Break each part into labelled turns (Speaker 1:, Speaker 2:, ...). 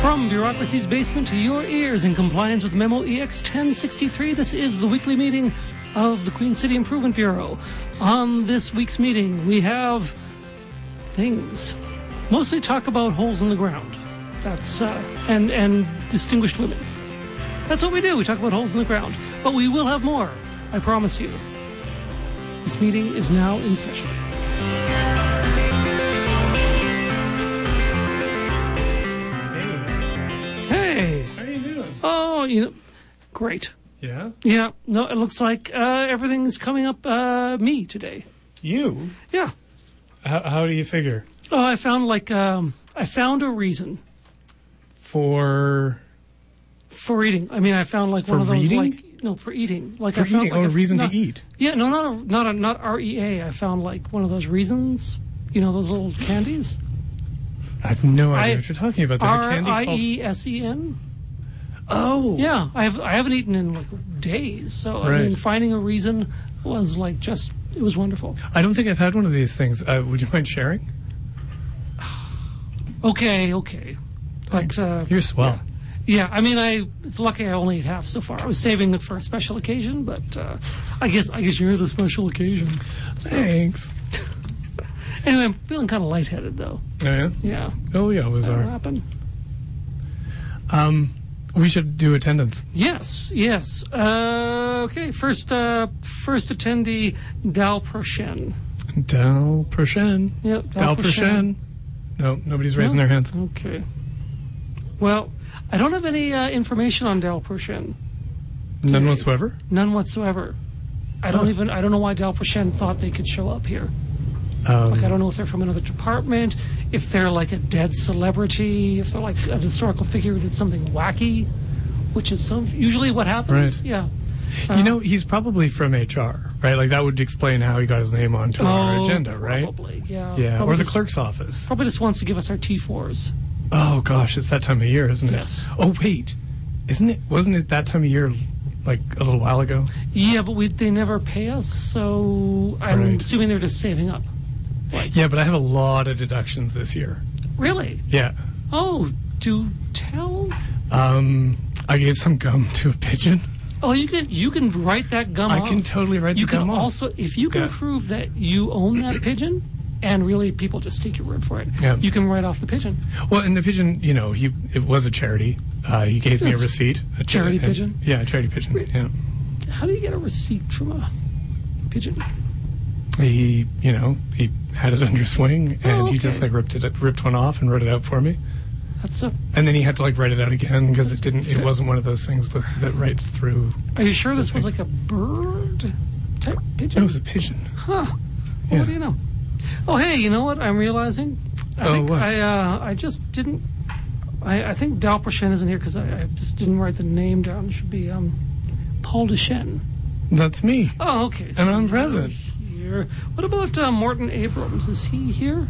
Speaker 1: From bureaucracy's basement to your ears in compliance with Memo E EX 1063, this is the weekly meeting of the Queen City Improvement Bureau. On this week's meeting, we have things. Mostly talk about holes in the ground. That's uh, and and distinguished women. That's what we do. We talk about holes in the ground. But we will have more. I promise you. This meeting is now in session.
Speaker 2: Hey,
Speaker 1: Hey.
Speaker 2: how you doing?
Speaker 1: Oh, you know, great.
Speaker 2: Yeah?
Speaker 1: Yeah. No, it looks like uh, everything's coming up uh, me today.
Speaker 2: You?
Speaker 1: Yeah.
Speaker 2: How, how do you figure?
Speaker 1: Oh, I found like um, I found a reason
Speaker 2: For
Speaker 1: for eating. I mean, I found like
Speaker 2: For
Speaker 1: one of those
Speaker 2: reading?
Speaker 1: like no for eating. Like
Speaker 2: for
Speaker 1: I found
Speaker 2: eating
Speaker 1: like
Speaker 2: or a reason
Speaker 1: no-
Speaker 2: to eat?
Speaker 1: Yeah, no, not a, not a, not R E A. I found like one of those reasons. You know those little candies.
Speaker 2: I have no idea
Speaker 1: I-
Speaker 2: what you're talking about. There's
Speaker 1: R
Speaker 2: a
Speaker 1: I
Speaker 2: candy
Speaker 1: E S E N.
Speaker 2: called... Oh!
Speaker 1: Yeah, I have I haven't eaten in like days. So I
Speaker 2: Right.
Speaker 1: mean, finding a reason was like just it was wonderful.
Speaker 2: I don't think I've had one of these things. Uh, would you mind sharing?
Speaker 1: Okay, okay. But uh,
Speaker 2: you're swell.
Speaker 1: yeah, I mean, I it's lucky I only ate half so far. I was saving it for a special occasion, but uh, I guess I guess you're the special occasion.
Speaker 2: Thanks.
Speaker 1: Anyway, I'm feeling kind of lightheaded though.
Speaker 2: Oh, yeah?
Speaker 1: Yeah,
Speaker 2: Oh, yeah, it was
Speaker 1: that'll
Speaker 2: our...
Speaker 1: happen.
Speaker 2: Um, we should do attendance.
Speaker 1: Yes, yes. Uh, okay, first uh, first attendee Dal Proshen.
Speaker 2: Dal Prashen.
Speaker 1: Yep,
Speaker 2: Dal Prashen. No, nobody's raising
Speaker 1: No.
Speaker 2: their hands.
Speaker 1: Okay. Well, I don't have any uh, information on Dal Proshen.
Speaker 2: None whatsoever?
Speaker 1: None whatsoever. I don't
Speaker 2: Huh.
Speaker 1: even. I don't know why Dalpashen thought they could show up here. Like I
Speaker 2: Um,
Speaker 1: don't know if they're from another department, if they're like a dead celebrity, if they're like a historical figure who did something wacky, which is some usually what happens.
Speaker 2: Right.
Speaker 1: Yeah.
Speaker 2: you know, he's probably from HR, right? Like, that would explain how he got his name onto our
Speaker 1: Oh,
Speaker 2: agenda, right?
Speaker 1: Probably. Yeah.
Speaker 2: Yeah,
Speaker 1: Probably
Speaker 2: or the
Speaker 1: just-
Speaker 2: clerk's office.
Speaker 1: Probably just wants to give us our T fours.
Speaker 2: Oh gosh, it's that time of year, isn't it?
Speaker 1: Yes.
Speaker 2: Oh wait, isn't it? Wasn't it that time of year, like a little while ago?
Speaker 1: Yeah, but we they never pay us, so I'm
Speaker 2: Right.
Speaker 1: assuming they're just saving up.
Speaker 2: Yeah, but I have a lot of deductions this year.
Speaker 1: Really?
Speaker 2: Yeah.
Speaker 1: Oh, do tell.
Speaker 2: Um, I gave some gum to a pigeon.
Speaker 1: Oh, you can you can write that gum.
Speaker 2: I can
Speaker 1: off.
Speaker 2: totally write
Speaker 1: You
Speaker 2: the
Speaker 1: can
Speaker 2: gum off.
Speaker 1: also, if you can
Speaker 2: Yeah.
Speaker 1: prove that you own that pigeon, and really people just take your word for it,
Speaker 2: Yeah.
Speaker 1: you can write off the pigeon.
Speaker 2: Well, and the pigeon, you know, he it was a charity. Uh, he gave me a
Speaker 1: Yes.
Speaker 2: receipt. A cha-
Speaker 1: Charity
Speaker 2: a-
Speaker 1: pigeon?
Speaker 2: Yeah, a charity pigeon. Yeah.
Speaker 1: How do you get a receipt from a pigeon?
Speaker 2: He, you know, he had it under his wing, and
Speaker 1: Oh,
Speaker 2: he just
Speaker 1: okay.
Speaker 2: like ripped it, ripped one off, and wrote it out for me.
Speaker 1: That's a.
Speaker 2: And then he had to like write it out again because it didn't. It
Speaker 1: fair.
Speaker 2: wasn't one of those things with that writes through.
Speaker 1: Are you sure this was like a bird type
Speaker 2: It
Speaker 1: pigeon?
Speaker 2: was a pigeon.
Speaker 1: huh. Well,
Speaker 2: yeah.
Speaker 1: What do you know? Oh, hey, you know what? I'm realizing. I
Speaker 2: Oh,
Speaker 1: think
Speaker 2: what?
Speaker 1: I uh, I just didn't. I, I think Dalpershen isn't here because I, I just didn't write the name down. It should be um, Paul Deshen.
Speaker 2: That's me.
Speaker 1: Oh, okay.
Speaker 2: And I'm
Speaker 1: you're
Speaker 2: present.
Speaker 1: Here. What about uh, Morton Abrams? Is he here?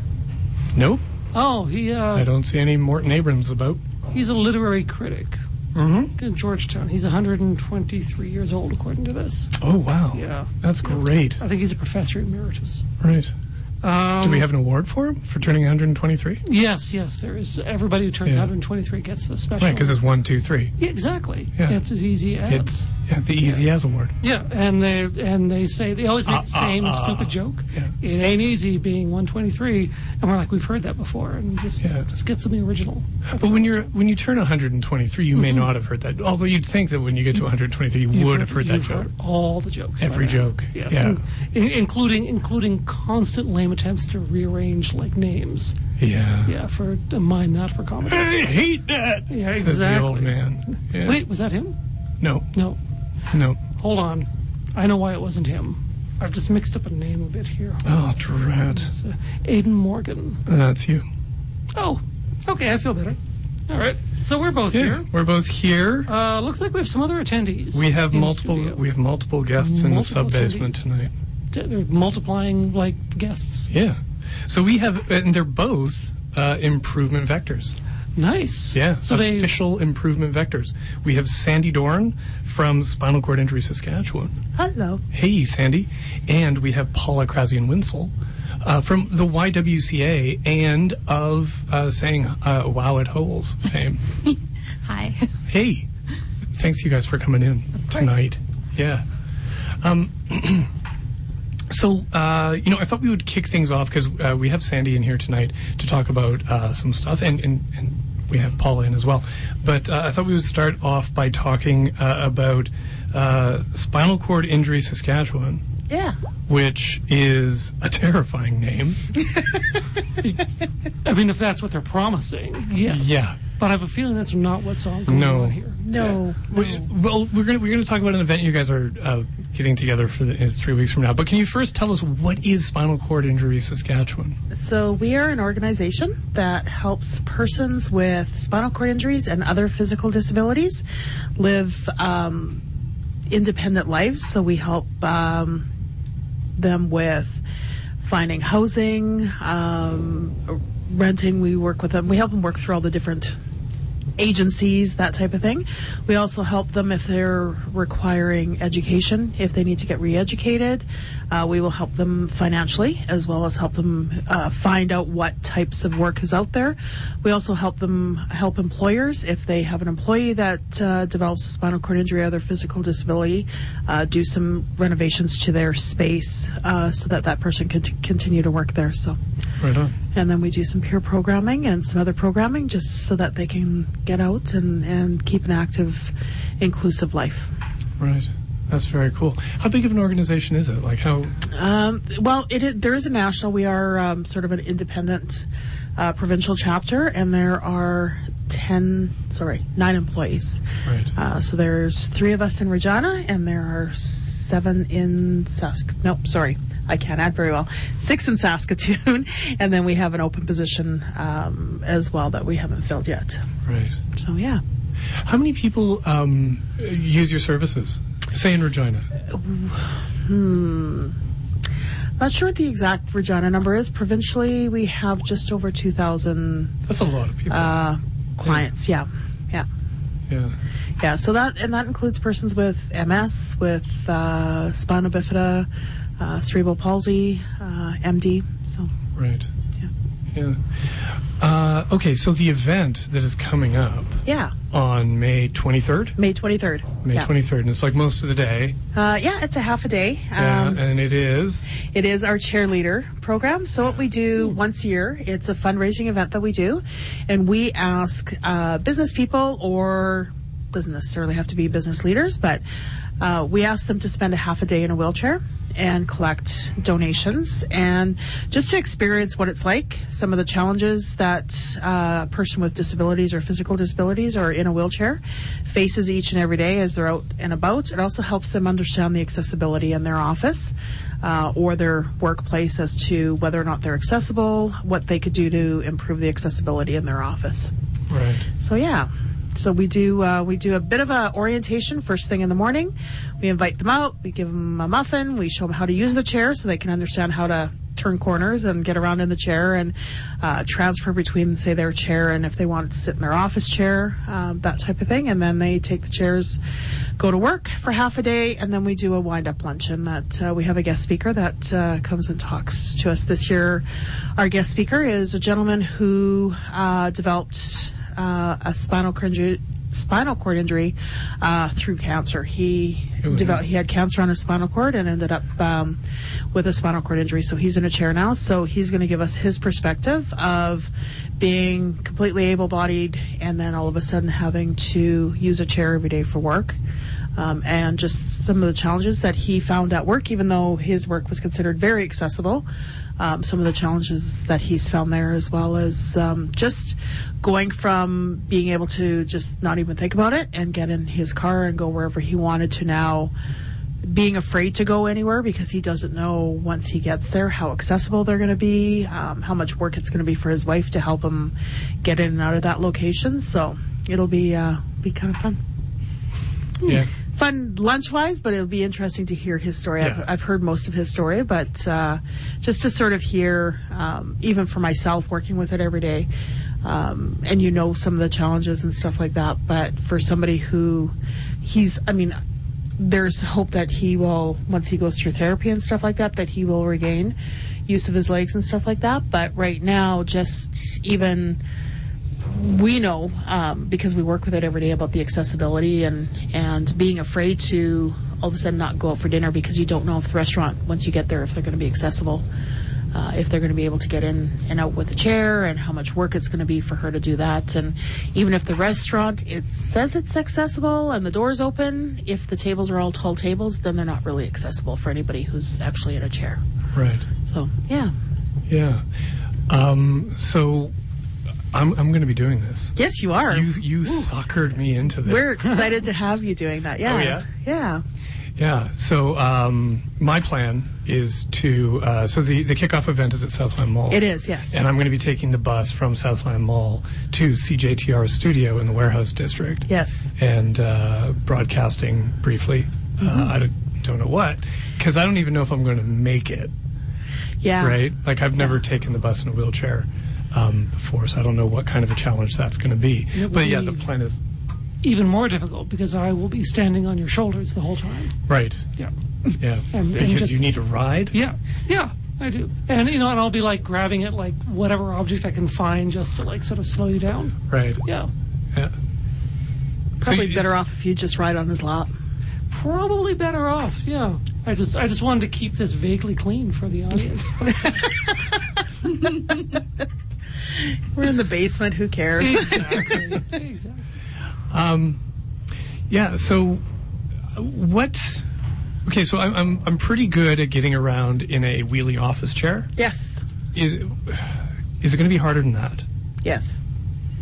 Speaker 2: Nope.
Speaker 1: Oh, he
Speaker 2: I
Speaker 1: uh,
Speaker 2: don't see any Morton Abrams about.
Speaker 1: he's a literary critic
Speaker 2: Mm-hmm.
Speaker 1: in Georgetown. He's 123 years old, according to this.
Speaker 2: Oh wow.
Speaker 1: Yeah,
Speaker 2: That's great.
Speaker 1: I think he's a professor emeritus.
Speaker 2: Right.
Speaker 1: Um,
Speaker 2: Do we have an award for him for turning 123?
Speaker 1: Yes, yes. There is everybody who turns
Speaker 2: Yeah.
Speaker 1: 123 gets the special.
Speaker 2: Right, because it's one, two, three.
Speaker 1: yeah, exactly.
Speaker 2: Yeah.
Speaker 1: It's as easy as
Speaker 2: It's yeah, the easy as award.
Speaker 1: yeah. And they and they say they always make the
Speaker 2: Ah, ah,
Speaker 1: same
Speaker 2: ah.
Speaker 1: stupid joke.
Speaker 2: Yeah.
Speaker 1: It ain't easy being 123, and we're like we've heard that before, and just
Speaker 2: Yeah.
Speaker 1: just get something original.
Speaker 2: But when you're when you turn 123, you may not have heard that. Although you'd think that when you get to 123, you
Speaker 1: Mm-hmm. You've
Speaker 2: would have heard that
Speaker 1: you've
Speaker 2: joke.
Speaker 1: heard all the jokes. by
Speaker 2: Every
Speaker 1: now.
Speaker 2: joke.
Speaker 1: Yes.
Speaker 2: Yeah.
Speaker 1: in- in- including including constant lame attempts to rearrange like names.
Speaker 2: Yeah.
Speaker 1: Yeah, for to mind that for comedy.
Speaker 2: I hate that.
Speaker 1: Yeah,
Speaker 2: Says the old
Speaker 1: exactly.
Speaker 2: man. Yeah.
Speaker 1: Wait, was that him?
Speaker 2: No.
Speaker 1: No.
Speaker 2: No.
Speaker 1: Hold on. I know why it wasn't him. I've just mixed up a name a bit here.
Speaker 2: Oh, drat.
Speaker 1: It's, uh, Aiden Morgan.
Speaker 2: That's you.
Speaker 1: Oh, okay, I feel better. All right. So we're both here.
Speaker 2: We're both here.
Speaker 1: Uh, looks like we have some other attendees.
Speaker 2: We have
Speaker 1: in
Speaker 2: multiple.
Speaker 1: studio.
Speaker 2: We have multiple guests in the
Speaker 1: Multiple
Speaker 2: sub basement tonight.
Speaker 1: They're multiplying like guests.
Speaker 2: Yeah. So we have, and they're both uh, improvement vectors.
Speaker 1: Nice.
Speaker 2: Yeah.
Speaker 1: So they
Speaker 2: official improvement vectors. We have Sandy Dorn from Spinal Cord Injury Saskatchewan.
Speaker 3: Hello.
Speaker 2: Hey, Sandy. And we have Paula Krasian Winsel uh, from the YWCA and of uh, saying uh, wow at holes fame.
Speaker 3: Hi.
Speaker 2: hey, thanks you guys for coming in
Speaker 3: course.
Speaker 2: tonight. Yeah. Um, So, uh, you know, I thought we would kick things off because uh, we have Sandy in here tonight to talk about uh, some stuff, and, and, and we have Paula in as well. But uh, I thought we would start off by talking uh, about uh, spinal cord injury Saskatchewan,
Speaker 3: Yeah.
Speaker 2: which is a terrifying name.
Speaker 1: I mean, if that's what they're promising, yes.
Speaker 2: Yeah.
Speaker 1: But I have a feeling that's not what's all going
Speaker 2: No.
Speaker 1: on here.
Speaker 3: No.
Speaker 2: We, well, we're going to we're going to talk about an event you guys are uh, getting together for the, is three weeks from now. But can you first tell us what is spinal cord injury Saskatchewan?
Speaker 4: So we are an organization that helps persons with spinal cord injuries and other physical disabilities live um, independent lives. So we help um, them with finding housing, um, renting. We work with them. We help them work through all the different agencies, that type of thing. We also help them if they're requiring education, if they need to get re-educated. Uh, we will help them financially as well as help them uh, find out what types of work is out there. We also help them help employers if they have an employee that uh, develops spinal cord injury or other physical disability, uh, do some renovations to their space uh, so that that person can t- continue to work there. So.
Speaker 2: Right on.
Speaker 4: And then we do some peer programming and some other programming just so that they can get out and, and keep an active, inclusive life.
Speaker 2: Right. That's very cool. How big of an organization is it? Like how?
Speaker 4: Um, well, it, it, there is a national. We are um, sort of an independent uh, provincial chapter, and there are 10, sorry, nine employees.
Speaker 2: Right.
Speaker 4: Uh, so there's three of us in Regina, and there are seven in Sask. Nope, sorry, I can't add very well. Six in Saskatoon, and then we have an open position um, as well that we haven't filled yet.
Speaker 2: Right.
Speaker 4: So yeah,
Speaker 2: How many people um, use your services? Say in Regina.
Speaker 4: not sure what the exact Regina number is. Provincially, we have just over 2,000
Speaker 2: That's a lot of people.
Speaker 4: uh, clients. Yeah, yeah.
Speaker 2: yeah.
Speaker 4: Yeah, so that and that includes persons with MS, with uh, spinal bifida, uh, cerebral palsy, uh, MD. So
Speaker 2: Right.
Speaker 4: Yeah.
Speaker 2: Yeah. Uh, okay. So the event that is coming up
Speaker 4: yeah,
Speaker 2: on May 23rd.
Speaker 4: May twenty third.
Speaker 2: May
Speaker 4: yeah.
Speaker 2: 23rd, and it's like most of the day.
Speaker 4: Uh, yeah, it's a half a day.
Speaker 2: Yeah,
Speaker 4: Um,
Speaker 2: and it is.
Speaker 4: It is our cheerleader program. So what we do once a year, it's a fundraising event that we do, and we ask uh, business people or doesn't necessarily have to be business leaders, but uh, we ask them to spend a half a day in a wheelchair and collect donations and just to experience what it's like, some of the challenges that uh, a person with disabilities or physical disabilities or in a wheelchair faces each and every day as they're out and about. It also helps them understand the accessibility in their office uh, or their workplace as to whether or not they're accessible, what they could do to improve the accessibility in their office.
Speaker 2: Right.
Speaker 4: So yeah, so we do uh, we do a bit of a orientation first thing in the morning. We invite them out. We give them a muffin. We show them how to use the chair so they can understand how to turn corners and get around in the chair and uh, transfer between say their chair and if they want to sit in their office chair um, that type of thing and then they take the chairs go to work for half a day and then we do a wind up luncheon that uh, we have a guest speaker that uh, comes and talks to us this year our guest speaker is a gentleman who uh, developed uh, a spinal cord injury, spinal cord injury uh, through cancer. He
Speaker 2: Ooh.
Speaker 4: developed he had cancer on his spinal cord and ended up um, with a spinal cord injury. So he's in a chair now. So he's going to give us his perspective of being completely able-bodied and then all of a sudden having to use a chair every day for work. Um, and just some of the challenges that he found at work, even though his work was considered very accessible, um, some of the challenges that he's found there, as well as um, just going from being able to just not even think about it and get in his car and go wherever he wanted to now being afraid to go anywhere because he doesn't know once he gets there how accessible they're going to be, um, how much work it's going to be for his wife to help him get in and out of that location. So it'll be uh, be kind of fun Hmm.
Speaker 2: Yeah.
Speaker 4: fun lunch wise, but it'll be interesting to hear his story.
Speaker 2: Yeah.
Speaker 4: I've, I've heard most of his story, but uh, just to sort of hear, um, even for myself working with it every day, um, and you know some of the challenges and stuff like that. But for somebody who he's, I mean, there's hope that he will, once he goes through therapy and stuff like that, that he will regain use of his legs and stuff like that. But right now, just even we know um, because we work with it every day about the accessibility and and being afraid to all of a sudden not go out for dinner because you don't know if the restaurant once you get there if they're going to be accessible uh, if they're going to be able to get in and out with a chair and how much work it's going to be for her to do that and even if the restaurant it says it's accessible and the doors open if the tables are all tall tables then they're not really accessible for anybody who's actually in a chair
Speaker 2: Right.
Speaker 4: so yeah
Speaker 2: Yeah. Um, so I'm, I'm going to be doing this.
Speaker 4: yes you are
Speaker 2: You you suckered me into this.
Speaker 4: we're excited to have you doing that yeah
Speaker 2: Oh, yeah?
Speaker 4: yeah
Speaker 2: Yeah. So um, my plan is to uh, so the the kickoff event is at Southland Mall.
Speaker 4: It is, yes.
Speaker 2: And I'm going to be taking the bus from Southland Mall to CJTR studio in the Warehouse District.
Speaker 4: yes.
Speaker 2: And uh, broadcasting briefly. Uh,
Speaker 4: Mm-hmm.
Speaker 2: I don't- don't know what because I don't even know if I'm going to make it.
Speaker 4: Yeah.
Speaker 2: Right. Like I've never taken the bus in a wheelchair um, before, so I don't know what kind of a challenge that's going to be. But yeah, the plan is
Speaker 1: Even more difficult because I will be standing on your shoulders the whole time.
Speaker 2: right.
Speaker 1: Yeah.
Speaker 2: Yeah.
Speaker 1: And- and
Speaker 2: because
Speaker 1: just-
Speaker 2: you need a ride.
Speaker 1: Yeah, yeah, I do. And you know, and I'll be like grabbing at like whatever object I can find just to like sort of slow you down.
Speaker 2: Right.
Speaker 1: Yeah,
Speaker 2: Yeah.
Speaker 4: Probably
Speaker 2: you-
Speaker 4: better off if you just ride on his lap.
Speaker 1: probably better off. Yeah, I just I just wanted to keep this vaguely clean for the audience.
Speaker 4: We're in the basement. Who cares?
Speaker 1: exactly. exactly.
Speaker 2: Um, Yeah. So, uh, what? Okay. So I'm I'm I'm pretty good at getting around in a wheelie office chair.
Speaker 4: yes.
Speaker 2: Is, is it going to be harder than that?
Speaker 4: Yes.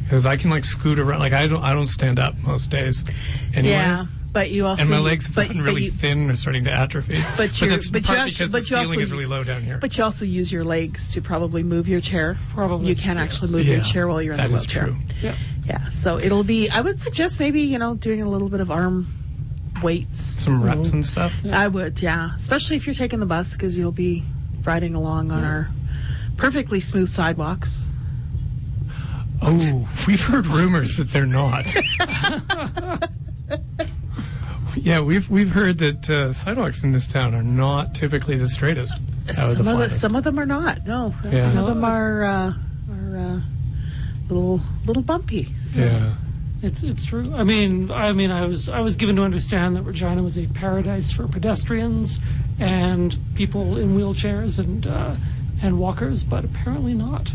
Speaker 2: Because I can like scoot around. Like I don't I don't stand up most days. Anyways.
Speaker 4: Yeah. But you also
Speaker 2: And my legs have
Speaker 4: but,
Speaker 2: gotten
Speaker 4: but
Speaker 2: really
Speaker 4: you,
Speaker 2: thin and are starting to atrophy.
Speaker 4: you're-
Speaker 2: that's
Speaker 4: but you
Speaker 2: part
Speaker 4: actu-
Speaker 2: because
Speaker 4: but
Speaker 2: the
Speaker 4: you
Speaker 2: ceiling
Speaker 4: also-
Speaker 2: is really low down here.
Speaker 4: but you also use your legs to probably move your chair.
Speaker 1: Probably,
Speaker 4: You can
Speaker 1: yes.
Speaker 4: actually move your chair while you're in
Speaker 2: that
Speaker 4: the
Speaker 2: is
Speaker 4: wheelchair.
Speaker 2: true.
Speaker 1: Yeah.
Speaker 4: Yeah. So it'll be. I would suggest maybe you know doing a little bit of arm weights.
Speaker 2: Some reps and stuff.
Speaker 4: I would. Yeah. Especially if you're taking the bus because you'll be riding along on our perfectly smooth sidewalks.
Speaker 2: Oh, we've heard rumors that they're not. yeah, we've we've heard that uh, sidewalks in this town are not typically the straightest. Out of Oh, the
Speaker 4: some of, the,
Speaker 2: flattest.
Speaker 4: some of them are not. No,
Speaker 2: Yeah.
Speaker 4: some of them are uh, are uh, little little bumpy. So.
Speaker 2: yeah.
Speaker 1: It's it's true. I mean, I mean, I was I was given to understand that Regina was a paradise for pedestrians and people in wheelchairs and uh, and walkers, but apparently not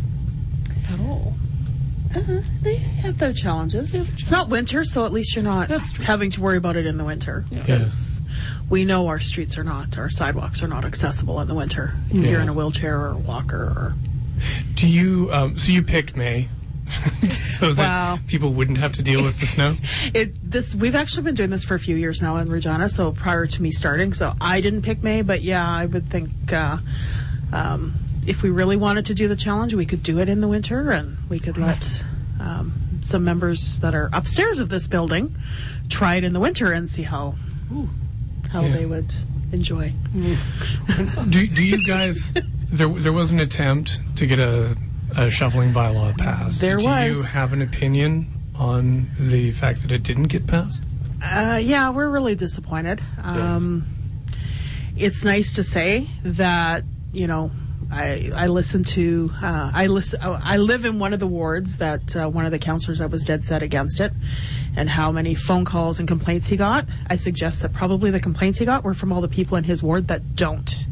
Speaker 1: at all.
Speaker 4: Uh, they have their challenges. It's not winter, so at least you're not
Speaker 1: That's true.
Speaker 4: having to worry about it in the winter.
Speaker 2: Yes.
Speaker 4: We know our streets are not, our sidewalks are not accessible in the winter. If you're in a wheelchair or a walker or
Speaker 2: Do you? Um, so you picked May, so that
Speaker 4: Wow.
Speaker 2: people wouldn't have to deal with the snow.
Speaker 4: It this we've actually been doing this for a few years now in Regina. So prior to me starting, so I didn't pick May, but yeah, I would think uh, um, if we really wanted to do the challenge, we could do it in the winter, and we could let um, some members that are upstairs of this building try it in the winter and see how how
Speaker 2: Yeah.
Speaker 4: they would enjoy.
Speaker 2: Do Do you guys? there There was an attempt to get a, a shoveling bylaw passed.
Speaker 4: There
Speaker 2: Do you
Speaker 4: was.
Speaker 2: have an opinion on the fact that it didn't get passed?
Speaker 4: Uh, yeah, we're really disappointed. Um, It's nice to say that you know. I, I listen to uh, I listen oh, I live in one of the wards that uh, one of the counselors that was dead set against it, and how many phone calls and complaints he got. I suggest that probably the complaints he got were from all the people in his ward that don't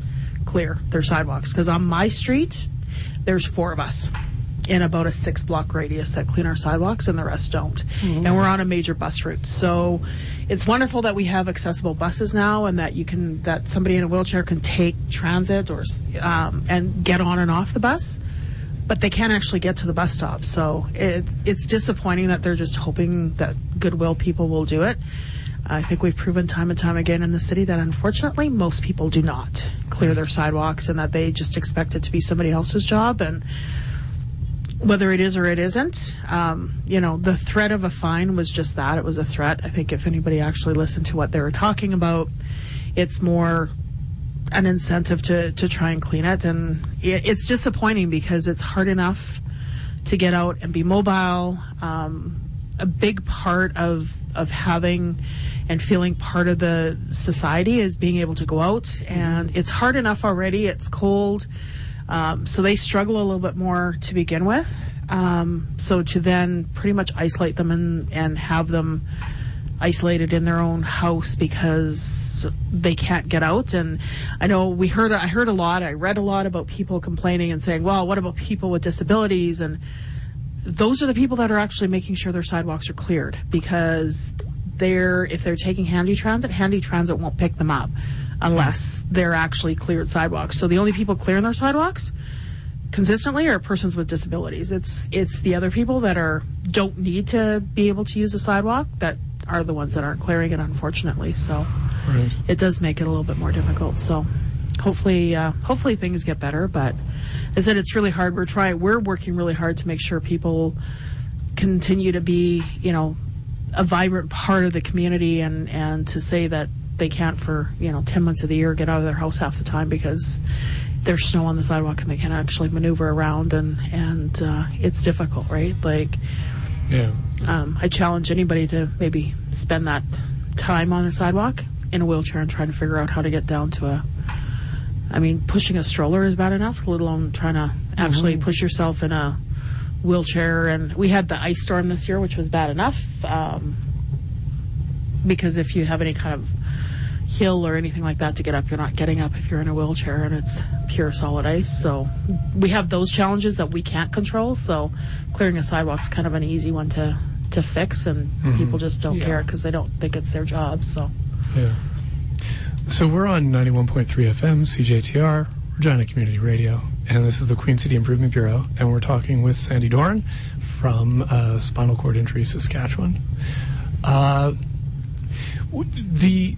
Speaker 4: clear their sidewalks. Because on my street, there's four of us in about a six block radius that clean our sidewalks and the rest don't. And we're on a major bus route. So it's wonderful that we have accessible buses now and that you can, that somebody in a wheelchair can take transit or, s- um, and get on and off the bus. But they can't actually get to the bus stop. So it, it's disappointing that they're just hoping that Goodwill people will do it. I think we've proven time and time again in the city that unfortunately most people do not clear their sidewalks and that they just expect it to be somebody else's job. And whether it is or it isn't, um, you know, the threat of a fine was just that. It was a threat. I think if anybody actually listened to what they were talking about, it's more an incentive to, to try and clean it. And it, it's disappointing because it's hard enough to get out and be mobile. Um, a big part of, of having and feeling part of the society is being able to go out. And it's hard enough already. It's cold. Um, so they struggle a little bit more to begin with. Um, so to then pretty much isolate them and, and have them isolated in their own house because they can't get out. And I know we heard, I heard a lot, I read a lot about people complaining and saying, well, what about people with disabilities? And those are the people that are actually making sure their sidewalks are cleared because they're, if they're taking handy transit, handy transit won't pick them up unless they're actually cleared sidewalks. So the only people clearing their sidewalks consistently are persons with disabilities. It's it's the other people that are don't need to be able to use a sidewalk that are the ones that aren't clearing it, unfortunately. So
Speaker 2: Right.
Speaker 4: it does make it a little bit more difficult. So hopefully, uh, hopefully things get better. But as I said, it's really hard. We're trying. We're working really hard to make sure people continue to be, you know, a vibrant part of the community, and and to say that they can't for you know ten months of the year get out of their house half the time because there's snow on the sidewalk and they can't actually maneuver around, and and uh, it's difficult, right? Like
Speaker 2: Yeah.
Speaker 4: um, I challenge anybody to maybe spend that time on a sidewalk in a wheelchair and trying to figure out how to get down to a. I mean, pushing a stroller is bad enough, let alone trying to actually push yourself in a wheelchair. And we had the ice storm this year, which was bad enough um, because if you have any kind of hill or anything like that to get up, you're not getting up if you're in a wheelchair and it's pure solid ice. So we have those challenges that we can't control. So clearing a sidewalk's kind of an easy one to to fix, and people just don't
Speaker 1: Yeah.
Speaker 4: care because they don't think it's their job. So
Speaker 2: Yeah. So we're on 91.3 FM, CJTR, Regina Community Radio, and this is the Queen City Improvement Bureau, and we're talking with Sandy Doran from uh, Spinal Cord Injury Saskatchewan. Uh, w- the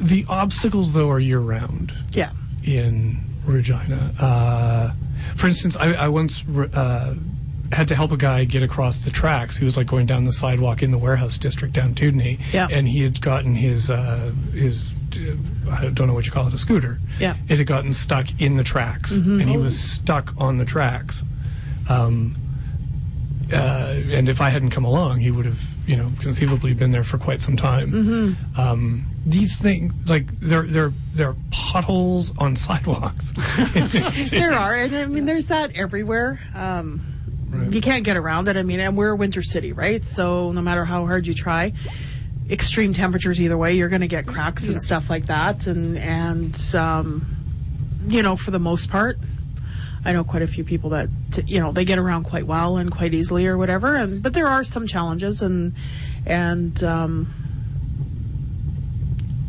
Speaker 2: the obstacles though are year round
Speaker 4: yeah,
Speaker 2: in Regina. Uh, for instance, I, I once re- uh, had to help a guy get across the tracks. He was like going down the sidewalk in the warehouse district down Tudney,
Speaker 4: Yeah.
Speaker 2: and he had gotten his uh, his uh, I don't know what you call it a scooter.
Speaker 4: Yeah. Mm-hmm.
Speaker 2: it had gotten stuck in the tracks, and he was stuck on the tracks. Um, uh, and if I hadn't come along, he would have, you know, conceivably been there for quite some time.
Speaker 1: Mm-hmm.
Speaker 2: Um, these things, like they're they're they're potholes on sidewalks.
Speaker 4: there are, and I mean, there's that everywhere. Um,
Speaker 2: Right.
Speaker 4: You can't get around it. I mean, and we're a winter city, right? So no matter how hard you try, extreme temperatures either way, you're going to get cracks and stuff like that. And and um, you know, for the most part, I know quite a few people that t- you know they get around quite well and quite easily or whatever. And but there are some challenges and and um,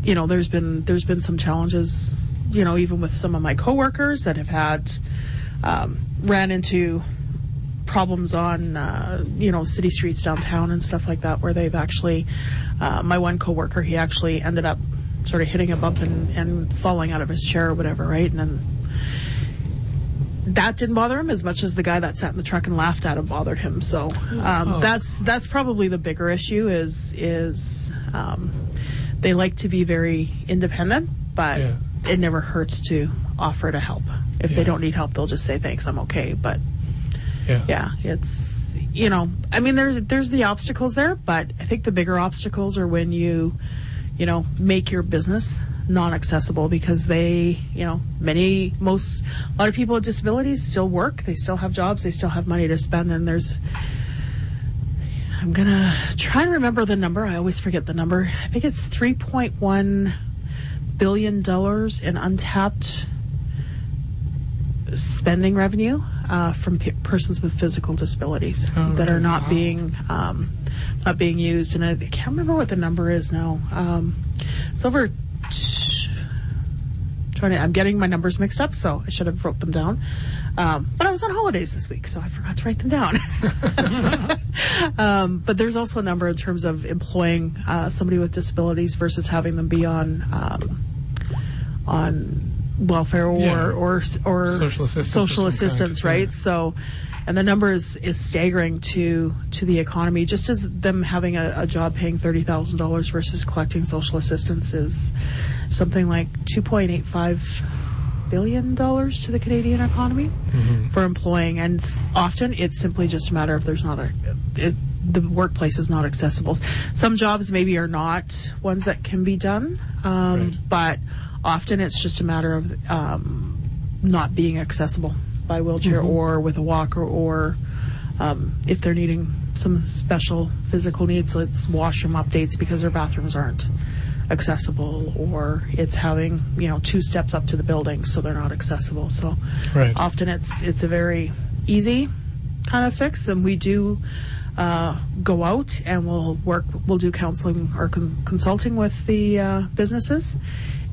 Speaker 4: you know, there's been there's been some challenges. You know, even with some of my coworkers that have had um, ran into problems on uh, you know city streets downtown and stuff like that where they've actually uh, my one coworker he actually ended up sort of hitting a bump and, and falling out of his chair or whatever right and then that didn't bother him as much as the guy that sat in the truck and laughed at him bothered him so
Speaker 2: Oh.
Speaker 4: um, that's that's probably the bigger issue is is um, they like to be very independent but
Speaker 2: Yeah.
Speaker 4: it never hurts to offer to help if
Speaker 2: Yeah.
Speaker 4: they don't need help they'll just say thanks i'm okay but yeah, it's you know, I mean, there's there's the obstacles there, but I think the bigger obstacles are when you, you know, make your business non-accessible because they, you know, many most a lot of people with disabilities still work, they still have jobs, they still have money to spend, and there's. I'm gonna try and remember the number. I always forget the number. I think it's 3.1 billion dollars in untapped spending revenue uh, from pe- persons with physical disabilities
Speaker 2: Oh,
Speaker 4: that are
Speaker 2: really?
Speaker 4: not being um, not being used, and I, I can't remember what the number is now. Um, it's over. T- trying to, I'm getting my numbers mixed up, so I should have wrote them down. Um, but I was on holidays this week, so I forgot to write them down. um, but there's also a number in terms of employing uh, somebody with disabilities versus having them be on um, on welfare or
Speaker 2: Yeah.
Speaker 4: or or
Speaker 2: Social assistance
Speaker 4: social
Speaker 2: of some kind,
Speaker 4: assistance,
Speaker 2: yeah.
Speaker 4: right? So, and the number is, is staggering to to the economy. Just as them having a, a job paying thirty thousand dollars versus collecting social assistance is something like two point eight five billion dollars to the Canadian economy for employing, and s- often it's simply just a matter of there's not a it, the workplace is not accessible. Some jobs maybe are not ones that can be done, um, but often it's just a matter of um, not being accessible by wheelchair or with a walker or um, if they're needing some special physical needs, it's washroom updates because their bathrooms aren't accessible or it's having, you know, two steps up to the building so they're not accessible. So
Speaker 2: Right.
Speaker 4: often it's it's a very easy kind of fix and we do uh, go out and we'll work we'll do counseling or con- consulting with the uh, businesses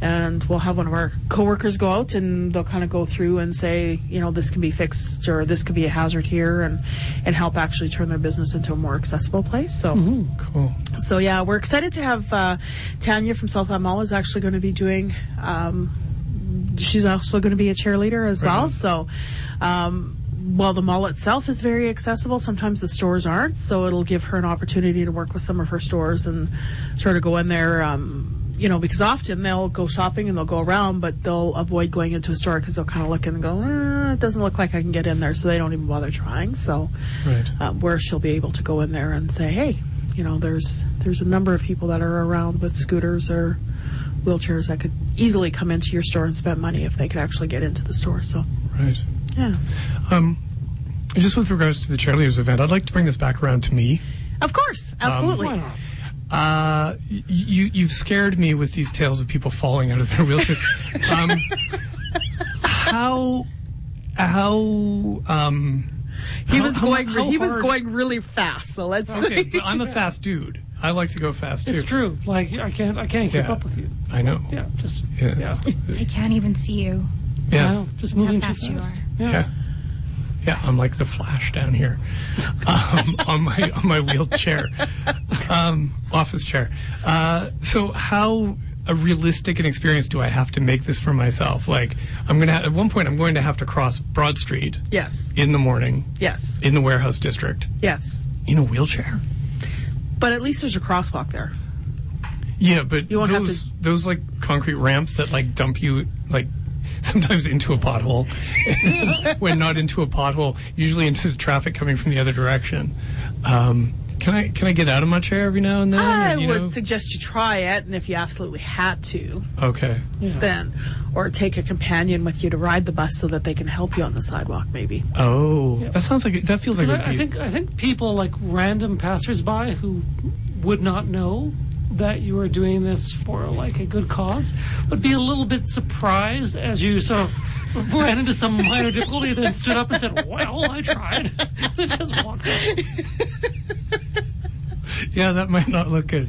Speaker 4: and we'll have one of our coworkers go out and they'll kind of go through and say you know this can be fixed or this could be a hazard here and and help actually turn their business into a more accessible place so
Speaker 2: Cool.
Speaker 4: so yeah, we're excited to have uh, Tanya from South Elm Mall is actually going to be doing. Um, she's also going to be a cheerleader as well.
Speaker 2: on.
Speaker 4: So. Um, while the mall itself is very accessible, sometimes the stores aren't. So it'll give her an opportunity to work with some of her stores and sort of go in there, um, you know, because often they'll go shopping and they'll go around, but they'll avoid going into a store because they'll kind of look and go, eh, it doesn't look like I can get in there. So they don't even bother trying. So
Speaker 2: Right.
Speaker 4: uh, where she'll be able to go in there and say, "Hey, you know, there's there's a number of people that are around with scooters or wheelchairs that could easily come into your store and spend money if they could actually get into the store." So,
Speaker 2: Right.
Speaker 4: yeah,
Speaker 2: Um, just with regards to the cheerleaders event, I'd like to bring this back around to me.
Speaker 4: of course,
Speaker 2: Um,
Speaker 4: absolutely.
Speaker 1: Why not?
Speaker 2: Uh, y- you you've scared me with these tales of people falling out of their wheelchairs. um, how how um
Speaker 4: he
Speaker 2: How-
Speaker 4: was
Speaker 2: how-
Speaker 4: going
Speaker 2: how
Speaker 4: he was
Speaker 2: hard-
Speaker 4: going really fast. So let's
Speaker 2: okay, but I'm a fast dude. I like to go fast too.
Speaker 1: It's true. Like I can't, I can't keep
Speaker 2: Yeah.
Speaker 1: up with you.
Speaker 2: I know.
Speaker 1: Yeah, just
Speaker 2: Yeah.
Speaker 1: yeah,
Speaker 3: I can't even see you.
Speaker 1: I
Speaker 2: Yeah.
Speaker 1: know, just
Speaker 3: That's how
Speaker 1: moving
Speaker 3: fast
Speaker 1: too
Speaker 3: you
Speaker 1: fast.
Speaker 2: Yeah. Yeah, I'm like the flash down here um, on my on my wheelchair, um, office chair. Uh, so how a realistic an experience do I have to make this for myself? Like I'm gonna at one point I'm going to have to cross Broad Street
Speaker 4: yes,
Speaker 2: in the morning
Speaker 4: yes,
Speaker 2: in the warehouse district
Speaker 4: yes.
Speaker 2: in a wheelchair.
Speaker 4: But at least there's a crosswalk there.
Speaker 2: Yeah, but
Speaker 4: You won't have to-
Speaker 2: those those like concrete ramps that like dump you like sometimes into a pothole when not into a pothole, usually into the traffic coming from the other direction. Um, can I can I get out of my chair every now and then?
Speaker 4: I
Speaker 2: and, you
Speaker 4: would
Speaker 2: know?
Speaker 4: suggest you try it, and if you absolutely had to,
Speaker 2: okay.
Speaker 4: then or take a companion with you to ride the bus so that they can help you on the sidewalk, maybe.
Speaker 2: Oh, that sounds like it- that feels like it would
Speaker 1: I,
Speaker 2: be
Speaker 1: I think I think people like random passersby who would not know that you are doing this for like a good cause would be a little bit surprised as you sort of ran into some minor difficulty, then stood up and said, "Well, I tried." Just walked. off.
Speaker 2: yeah, that might not look good.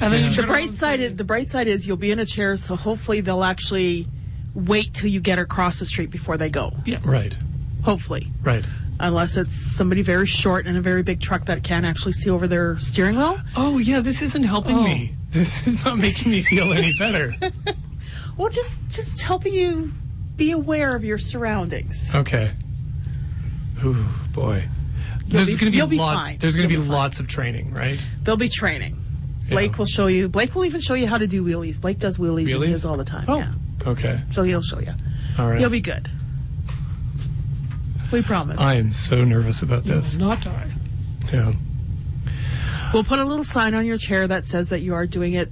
Speaker 1: And then you
Speaker 4: The
Speaker 1: turn
Speaker 4: bright
Speaker 1: around-
Speaker 4: side, is, the bright side is you'll be in a chair, so hopefully they'll actually wait till you get across the street before they go.
Speaker 1: Yes.
Speaker 2: Right,
Speaker 4: Hopefully,
Speaker 2: right.
Speaker 4: unless it's somebody very short and a very big truck that can't actually see over their steering wheel.
Speaker 2: Oh yeah, this isn't helping
Speaker 1: Oh.
Speaker 2: me. This is not making me feel any better.
Speaker 4: Well, just just helping you be aware of your surroundings.
Speaker 2: Okay. Ooh, boy. There's
Speaker 4: be-
Speaker 2: going to
Speaker 4: you'll
Speaker 2: be
Speaker 4: be
Speaker 2: lots.
Speaker 4: fine.
Speaker 2: There's going to be,
Speaker 4: You'll be fine.
Speaker 2: lots of training, right?
Speaker 4: There'll be training. Blake
Speaker 2: Yeah.
Speaker 4: will show you. Blake will even show you how to do wheelies. Blake does wheelies, in
Speaker 2: Wheelies?
Speaker 4: his all the time.
Speaker 2: Oh.
Speaker 4: Yeah,
Speaker 2: Okay.
Speaker 4: so he'll show you.
Speaker 2: All right.
Speaker 4: You'll be good. We promise.
Speaker 2: I am so nervous about
Speaker 1: You will
Speaker 2: this.
Speaker 1: Not die.
Speaker 2: Yeah.
Speaker 4: We'll put a little sign on your chair that says that you are doing it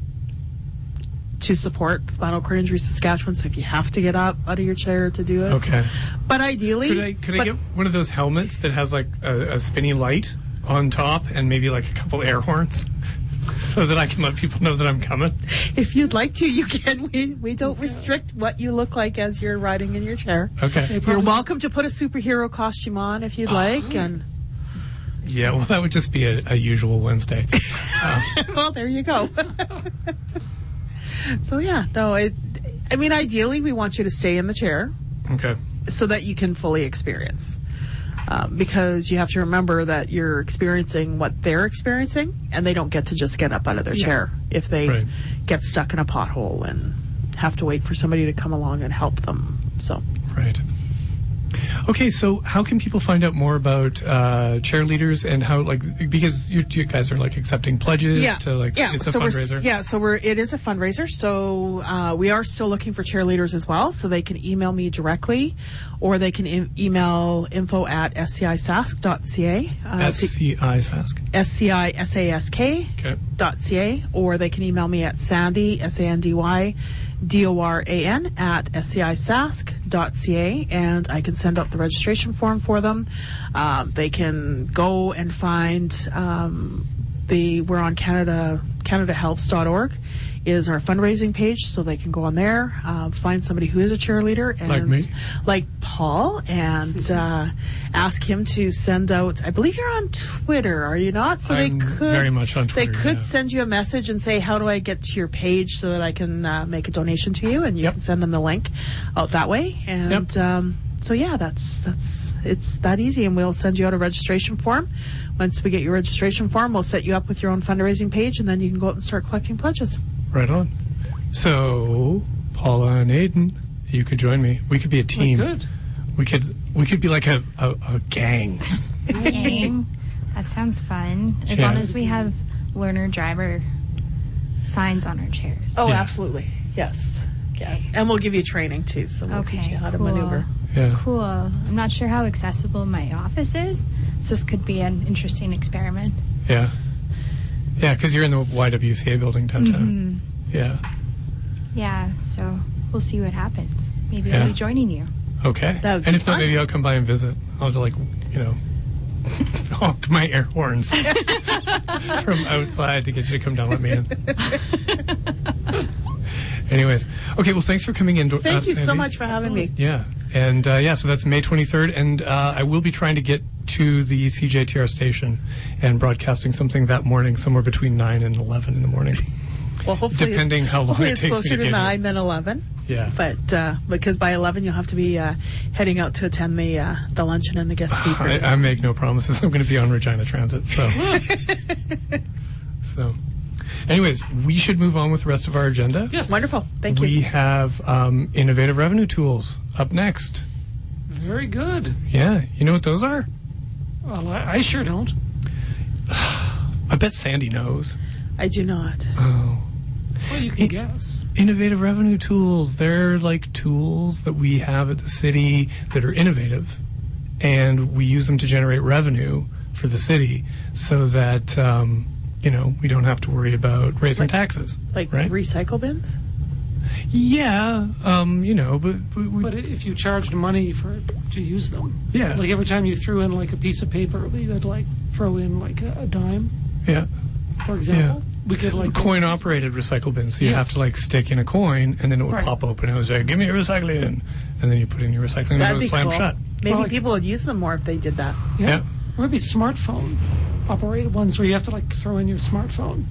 Speaker 4: to support spinal cord injury Saskatchewan. So if you have to get up out of your chair to do it,
Speaker 2: Okay.
Speaker 4: But ideally,
Speaker 2: Could I could I
Speaker 4: but-
Speaker 2: get one of those helmets that has like a, a spinny light on top and maybe like a couple air horns, so that I can let people know that I'm coming?
Speaker 4: if you'd like to, you can. We we don't restrict what you look like as you're riding in your chair.
Speaker 2: Okay.
Speaker 4: You're welcome to put a superhero costume on if
Speaker 2: Ah.
Speaker 4: you'd like, and
Speaker 2: Yeah. Well, that would just be a, a usual Wednesday.
Speaker 4: well, there you go. so yeah, no, it. I mean, ideally, we want you to stay in the chair.
Speaker 2: Okay.
Speaker 4: so that you can fully experience. Um, because you have to remember that you're experiencing what they're experiencing, and they don't get to just get up out of their chair if they
Speaker 2: Right.
Speaker 4: get stuck in a pothole and have to wait for somebody to come along and help them. So,
Speaker 2: Right. Okay, so how can people find out more about uh, cheerleaders and how like because you, you guys are like accepting pledges to like
Speaker 4: yeah.
Speaker 2: it's a
Speaker 4: so
Speaker 2: fundraiser.
Speaker 4: We're, yeah, so we're it is a fundraiser. So uh, we are still looking for cheerleaders as well. So they can email me directly, or they can e- email info at scisask.ca. Uh, to-
Speaker 2: SCI Sask.
Speaker 4: S-C-I-S-A-S-K
Speaker 2: Okay.
Speaker 4: dot C-A, or they can email me at sandy, S-A-N-D-Y, D-O-R-A-N at scisask.ca and I can send out the registration form for them. Uh, they can go and find um, the, we're on Canada, CanadaHelps.org is our fundraising page so they can go on there, uh, find somebody who is a cheerleader and
Speaker 2: Like me.
Speaker 4: like Paul and uh, ask him to send out, I believe you're on Twitter, are you not? So
Speaker 2: I'm
Speaker 4: they could
Speaker 2: very much on Twitter,
Speaker 4: They could
Speaker 2: yeah.
Speaker 4: send you a message and say, "How do I get to your page so that I can uh, make a donation to you?" And you
Speaker 2: Yep.
Speaker 4: can send them the link out that way. And
Speaker 2: Yep.
Speaker 4: um, so, yeah, that's that's it's that easy. And we'll send you out a registration form. Once we get your registration form, we'll set you up with your own fundraising page, and then you can go out and start collecting pledges.
Speaker 2: Right on. So, Paula and Aiden, you could join me. We
Speaker 4: Oh,
Speaker 2: could be a team.
Speaker 1: good.
Speaker 2: We could we could be like a, a, a gang.
Speaker 3: Gang. That sounds fun. As
Speaker 2: Yeah.
Speaker 3: long as we have learner driver signs on our chairs.
Speaker 4: Oh,
Speaker 2: Yeah.
Speaker 4: absolutely, yes, yes.
Speaker 3: Okay.
Speaker 4: And we'll give you training too, so we'll
Speaker 3: okay.
Speaker 4: teach you how to
Speaker 3: cool.
Speaker 4: maneuver.
Speaker 2: Yeah.
Speaker 3: Cool. I'm not sure how accessible my office is. So this could be an interesting experiment.
Speaker 2: Yeah. Yeah, because you're in the YWCA building downtown.
Speaker 4: Mm-hmm.
Speaker 2: Yeah.
Speaker 3: Mm-hmm. Yeah. So we'll see what happens. Maybe
Speaker 2: Yeah.
Speaker 3: I'll be joining you.
Speaker 2: Okay.
Speaker 4: That would
Speaker 2: and
Speaker 4: be
Speaker 2: if not,
Speaker 4: fun.
Speaker 2: maybe I'll come by and visit. I'll like, you know, honk my air horns from outside to get you to come down with me. In. Anyways, okay. Well, thanks for coming in. Dor-
Speaker 4: Thank
Speaker 2: uh,
Speaker 4: you so
Speaker 2: Sandy.
Speaker 4: much for having me.
Speaker 2: Yeah, and uh, yeah, so that's May 23rd, and uh, I will be trying to get to the CJTR station and broadcasting something that morning, somewhere between nine and 11 in the morning.
Speaker 4: Well, hopefully,
Speaker 2: Depending
Speaker 4: it's,
Speaker 2: how long
Speaker 4: hopefully
Speaker 2: it
Speaker 4: it's
Speaker 2: takes me
Speaker 4: closer
Speaker 2: to
Speaker 4: to,
Speaker 2: get here.
Speaker 4: nine than eleven.
Speaker 2: Yeah.
Speaker 4: But uh, because by eleven you'll have to be uh, heading out to attend the uh, the luncheon and the guest
Speaker 2: I,
Speaker 4: speakers.
Speaker 2: I make no promises. I'm going to be on Regina Transit. So, so, anyways, we should move on with the rest of our agenda.
Speaker 1: Yes.
Speaker 4: Wonderful. Thank
Speaker 2: we
Speaker 4: you.
Speaker 2: have um, innovative revenue tools up next.
Speaker 1: Very good.
Speaker 2: Yeah, you know what those are?
Speaker 1: Well, I, I sure don't.
Speaker 2: I bet Sandy knows.
Speaker 4: I do not.
Speaker 2: Oh.
Speaker 1: Well, you can guess.
Speaker 2: Innovative revenue tools. They're like tools that we have at the city that are innovative, and we use them to generate revenue for the city so that, um, you know, we don't have to worry about raising
Speaker 4: Like-
Speaker 2: taxes.
Speaker 4: Like
Speaker 2: right?
Speaker 4: recycle bins.
Speaker 2: Yeah, um, you know, but, but, we,
Speaker 1: But i- if you charged money for to use them,
Speaker 2: Yeah.
Speaker 1: like every time you threw in like a piece of paper, we would like throw in like a, a dime,
Speaker 2: yeah,
Speaker 1: for example. We could like
Speaker 2: coin operated recycle bin. So you have
Speaker 1: Yes.
Speaker 2: to like stick in a coin, and then it would
Speaker 1: Right.
Speaker 2: pop open. And it was like, "Give me your recycling," and then you put in your recycling, and it
Speaker 4: That'd
Speaker 2: would
Speaker 4: be
Speaker 2: slam
Speaker 4: cool.
Speaker 2: shut.
Speaker 4: Maybe
Speaker 1: Well, like-
Speaker 4: people would use them more if they did that.
Speaker 2: Yeah.
Speaker 1: Or maybe smartphone operated ones where you have to like throw in your smartphone.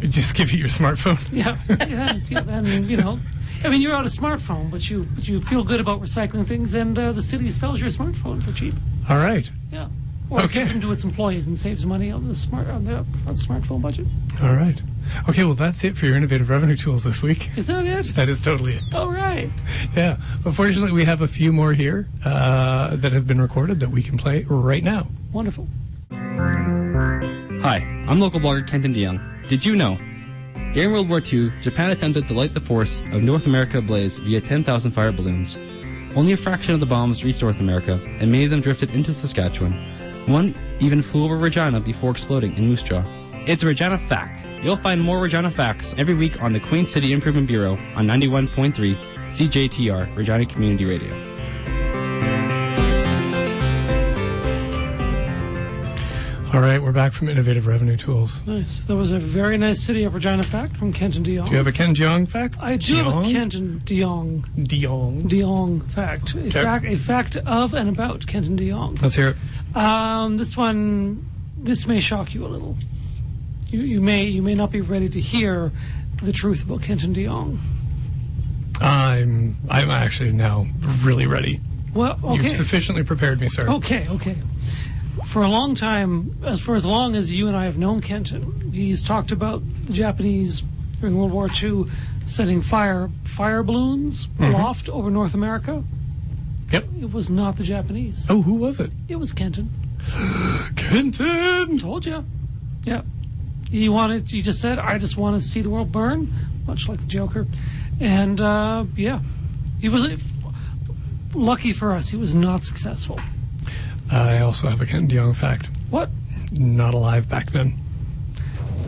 Speaker 2: Just give you your smartphone.
Speaker 1: Yeah, yeah, yeah, and you know, I mean, you're out a smartphone, but you but you feel good about recycling things, and uh, the city sells your smartphone for cheap.
Speaker 2: All right.
Speaker 1: Yeah, or it
Speaker 2: Okay.
Speaker 1: gives them to its employees and saves money on the smart on the on smartphone budget.
Speaker 2: All right. Okay, well, that's it for your innovative revenue tools this week.
Speaker 1: Is that it?
Speaker 2: That is totally it.
Speaker 1: All right.
Speaker 2: Yeah. But fortunately, we have a few more here uh, that have been recorded that we can play right now.
Speaker 1: Wonderful.
Speaker 5: Hi, I'm local blogger Kenton DeYoung. Did you know? During World War II, Japan attempted to light the force of North America ablaze via 10,000 fire balloons. Only a fraction of the bombs reached North America, and many of them drifted into Saskatchewan. One even flew over Regina before exploding in Moose Jaw. It's a Regina fact. You'll find more Regina facts every week on the Queen City Improvement Bureau on 91.3 CJTR Regina Community Radio.
Speaker 2: All right, we're back from innovative revenue tools.
Speaker 1: Nice. That was a very nice city of Regina fact from Kenton DeYoung.
Speaker 2: Do you have a Ken Jeong fact?
Speaker 1: I do have a
Speaker 2: Jeong?
Speaker 1: Kenton DeYoung
Speaker 2: Deong.
Speaker 1: DeYoung fact. A, fact. a fact of and about Kenton DeYoung.
Speaker 2: Let's hear it.
Speaker 1: Um, this one, this may shock you a little. You, you may you may not be ready to hear the truth about Kenton DeYoung.
Speaker 2: I'm I'm actually now really ready.
Speaker 1: Well, okay,
Speaker 2: You've sufficiently prepared me, sir.
Speaker 1: okay, okay. For a long time, as for as long as you and I have known Kenton, he's talked about the Japanese during World War II setting fire fire balloons aloft over North America.
Speaker 2: Yep.
Speaker 1: It was not the Japanese.
Speaker 2: Oh, who was it?
Speaker 1: It was Kenton.
Speaker 2: Kenton.
Speaker 1: Told you. Yeah. He wanted. He just said, "I just want to see the world burn," much like the Joker. And uh, yeah, he was if, lucky for us. He was not successful.
Speaker 2: I also have a Kenton Deong fact.
Speaker 1: What?
Speaker 2: Not alive back then.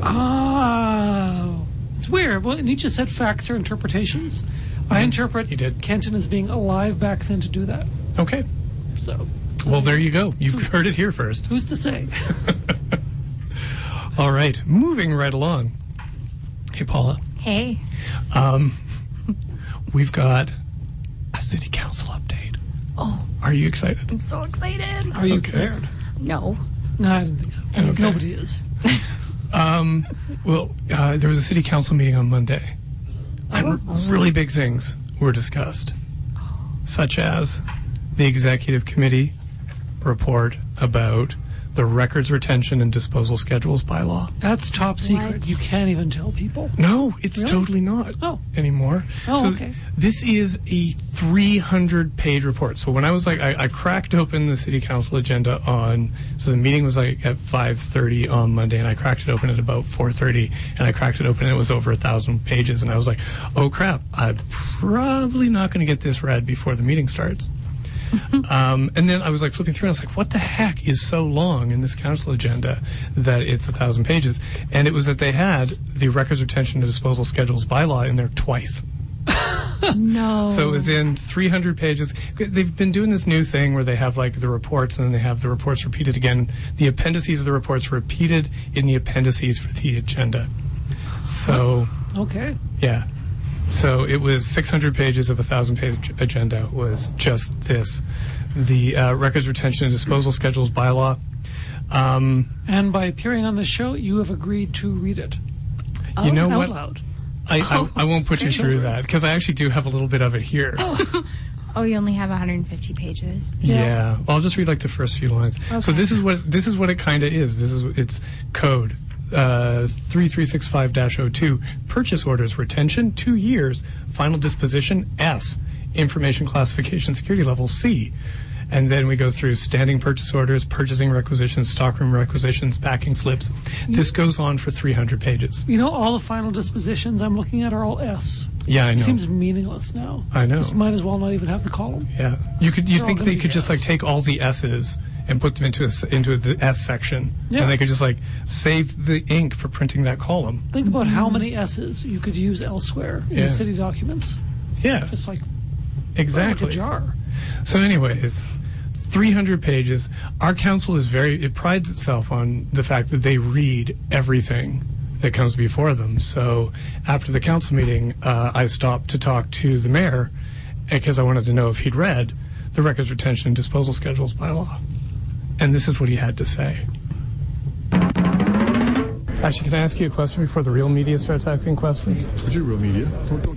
Speaker 1: Oh, It's weird. Well, Nietzsche said facts are interpretations. I interpret
Speaker 2: He did.
Speaker 1: Kenton as being alive back then to do that.
Speaker 2: Okay.
Speaker 1: So
Speaker 2: Well, there you go. You've
Speaker 1: Hmm.
Speaker 2: heard it here first.
Speaker 1: who's to say?
Speaker 2: All right. Moving right along. Hey, Paula.
Speaker 3: Hey,
Speaker 2: Um, we've got a city council update.
Speaker 3: Oh.
Speaker 2: Are you excited?
Speaker 3: I'm so excited.
Speaker 1: Are you
Speaker 2: Okay.
Speaker 1: prepared?
Speaker 3: No.
Speaker 1: No, I don't think so.
Speaker 2: Okay.
Speaker 1: Nobody is.
Speaker 2: Um, well, uh, there was a city council meeting on Monday, and really big things were discussed, such as the executive committee report about the records retention and disposal schedules bylaw.
Speaker 1: That's top secret.
Speaker 3: What?
Speaker 1: You can't even tell people.
Speaker 2: No, it's
Speaker 1: Really?
Speaker 2: totally not
Speaker 1: Oh.
Speaker 2: anymore.
Speaker 1: Oh,
Speaker 2: so
Speaker 1: okay.
Speaker 2: This is a 300 page report. So when I was like, I, I cracked open the city council agenda on, so the meeting was like at 5.30 on Monday and I cracked it open at about 4.30 and I cracked it open and it was over a thousand pages and I was like, oh crap, I'm probably not going to get this read before the meeting starts. Um, and then I was like flipping through, and I was like, "What the heck is so long in this council agenda that it's a thousand pages?" And it was that they had the records retention and disposal schedules bylaw in there twice.
Speaker 3: No.
Speaker 2: So it was in 300 pages. They've been doing this new thing where they have like the reports, and then they have the reports repeated again. The appendices of the reports repeated in the appendices for the agenda. So
Speaker 1: Okay.
Speaker 2: yeah. So it was 600 pages of a thousand page agenda was just this. The uh, records retention and disposal schedules bylaw. Um,
Speaker 1: And by appearing on the show, you have agreed to read it.
Speaker 2: you know
Speaker 1: out
Speaker 2: what?
Speaker 1: loud.
Speaker 2: I, I, I won't put you through that because I actually do have a little bit of it here.
Speaker 3: oh, you only have 150 pages.
Speaker 2: Yeah. Well, I'll just read like the first few lines. So
Speaker 3: Okay.
Speaker 2: this is what this is what it kind of is. This is it's code uh, 3365-02 purchase orders retention 2 years final disposition S information classification security level C. And then we go through standing purchase orders, purchasing requisitions, stockroom requisitions, packing slips. This goes on for 300 pages.
Speaker 1: You know, all the final dispositions I'm looking at are all S.
Speaker 2: Yeah, I know.
Speaker 1: Seems meaningless now.
Speaker 2: I know.
Speaker 1: Just might as well not even have the column.
Speaker 2: Yeah, you could. Oh, You
Speaker 1: all
Speaker 2: think
Speaker 1: gonna
Speaker 2: they
Speaker 1: be
Speaker 2: could just like
Speaker 1: S's.
Speaker 2: take all the S's and put them into a s into the S section,
Speaker 1: Yeah.
Speaker 2: and they could just like save the ink for printing that column.
Speaker 1: Think about how many S's you could use elsewhere
Speaker 2: Yeah.
Speaker 1: in city documents.
Speaker 2: Yeah,
Speaker 1: It's like
Speaker 2: exactly.
Speaker 1: like a jar.
Speaker 2: So, anyways, 300 pages. Our council is very, it prides itself on the fact that they read everything that comes before them. So, after the council meeting, uh, I stopped to talk to the mayor because I wanted to know if he'd read the records retention and disposal schedules bylaw. And this is what he had to say. Actually, can I ask you a question before the real media starts asking questions?
Speaker 6: Would you real media? Don't, don't,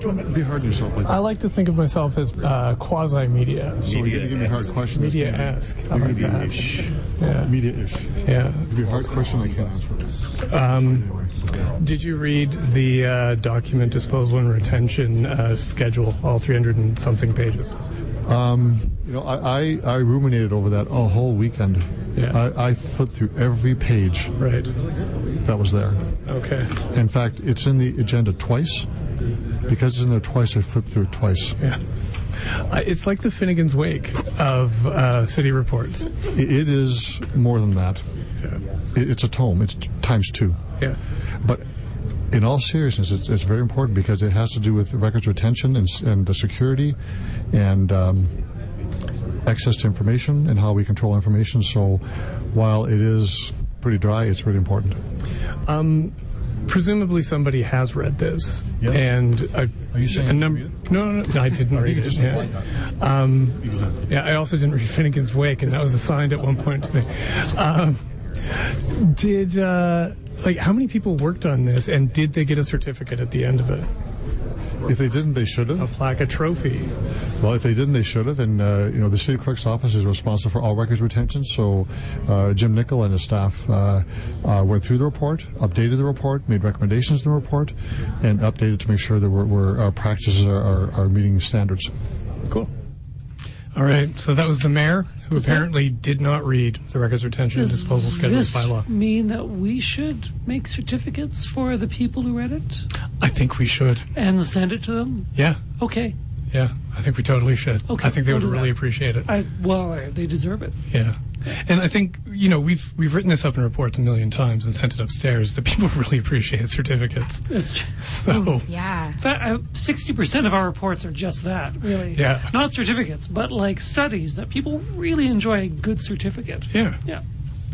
Speaker 6: don't, don't be hard on yourself like
Speaker 2: I
Speaker 6: that.
Speaker 2: like to think of myself as uh, quasi media.
Speaker 6: So you're gonna give me hard questions.
Speaker 2: Media esque. I
Speaker 6: You're gonna
Speaker 2: like
Speaker 6: be
Speaker 2: that.
Speaker 6: ish.
Speaker 2: Yeah.
Speaker 6: Media ish.
Speaker 2: Yeah.
Speaker 6: Give you a hard question I can answer.
Speaker 2: Um, did you read the uh, document disposal and retention uh, schedule, all 300 and something pages?
Speaker 6: Um, you know, I, I, I ruminated over that a whole weekend.
Speaker 2: Yeah.
Speaker 6: I, I flipped through every page
Speaker 2: Right.
Speaker 6: that was there.
Speaker 2: Okay.
Speaker 6: In fact, it's in the agenda twice. Because it's in there twice, I flipped through it twice.
Speaker 2: Yeah. Uh, it's like the Finnegan's Wake of uh, city reports.
Speaker 6: I- it is more than that.
Speaker 2: Yeah.
Speaker 6: It, it's a tome. It's times two.
Speaker 2: Yeah.
Speaker 6: But in all seriousness, it's, it's very important because it has to do with records retention and, s- and the security and um, access to information and how we control information. So while it is pretty dry, it's really important.
Speaker 2: Presumably somebody has read this.
Speaker 6: Yes.
Speaker 2: And a,
Speaker 6: Are you saying
Speaker 2: a
Speaker 6: you
Speaker 2: number?
Speaker 6: read
Speaker 2: No, no, no, I didn't read
Speaker 6: you
Speaker 2: it.
Speaker 6: just
Speaker 2: yeah.
Speaker 6: replied
Speaker 2: Um, Yeah, I also didn't read Finnegan's Wake, and that was assigned at one point to me. Um, did uh, like how many people worked on this, and did they get a certificate at the end of it,
Speaker 6: If they didn't, they should
Speaker 2: a
Speaker 6: have.
Speaker 2: plaque, a trophy?
Speaker 6: Well, if they didn't, they should have. And uh, you know, the city clerk's office is responsible for all records retention. So uh, Jim Nickel and his staff uh, uh, went through the report, updated the report, made recommendations in the report, and updated to make sure that we're, we're, our practices are, are, are meeting standards.
Speaker 2: Cool. All right, so that was the mayor who apparently did not read the records retention and
Speaker 1: Does
Speaker 2: disposal schedules
Speaker 1: this
Speaker 2: bylaw.
Speaker 1: mean that we should make certificates for the people who read it
Speaker 2: I think we should.
Speaker 1: and send it to them?
Speaker 2: Yeah,
Speaker 1: Okay.
Speaker 2: Yeah, I think we totally should.
Speaker 1: Okay,
Speaker 2: I think they
Speaker 1: we'll
Speaker 2: would
Speaker 1: do that.
Speaker 2: really appreciate it.
Speaker 1: I, well, I- they deserve it.
Speaker 2: Yeah. And I think, you know, we've we've written this up in reports a million times and sent it upstairs that people really appreciate certificates.
Speaker 1: It's just,
Speaker 2: So
Speaker 1: Hmm.
Speaker 3: Yeah.
Speaker 1: that uh, sixty percent of our reports are just that, really.
Speaker 2: Yeah.
Speaker 1: Not certificates, but like studies that people really enjoy a good certificate.
Speaker 2: yeah,
Speaker 1: Yeah.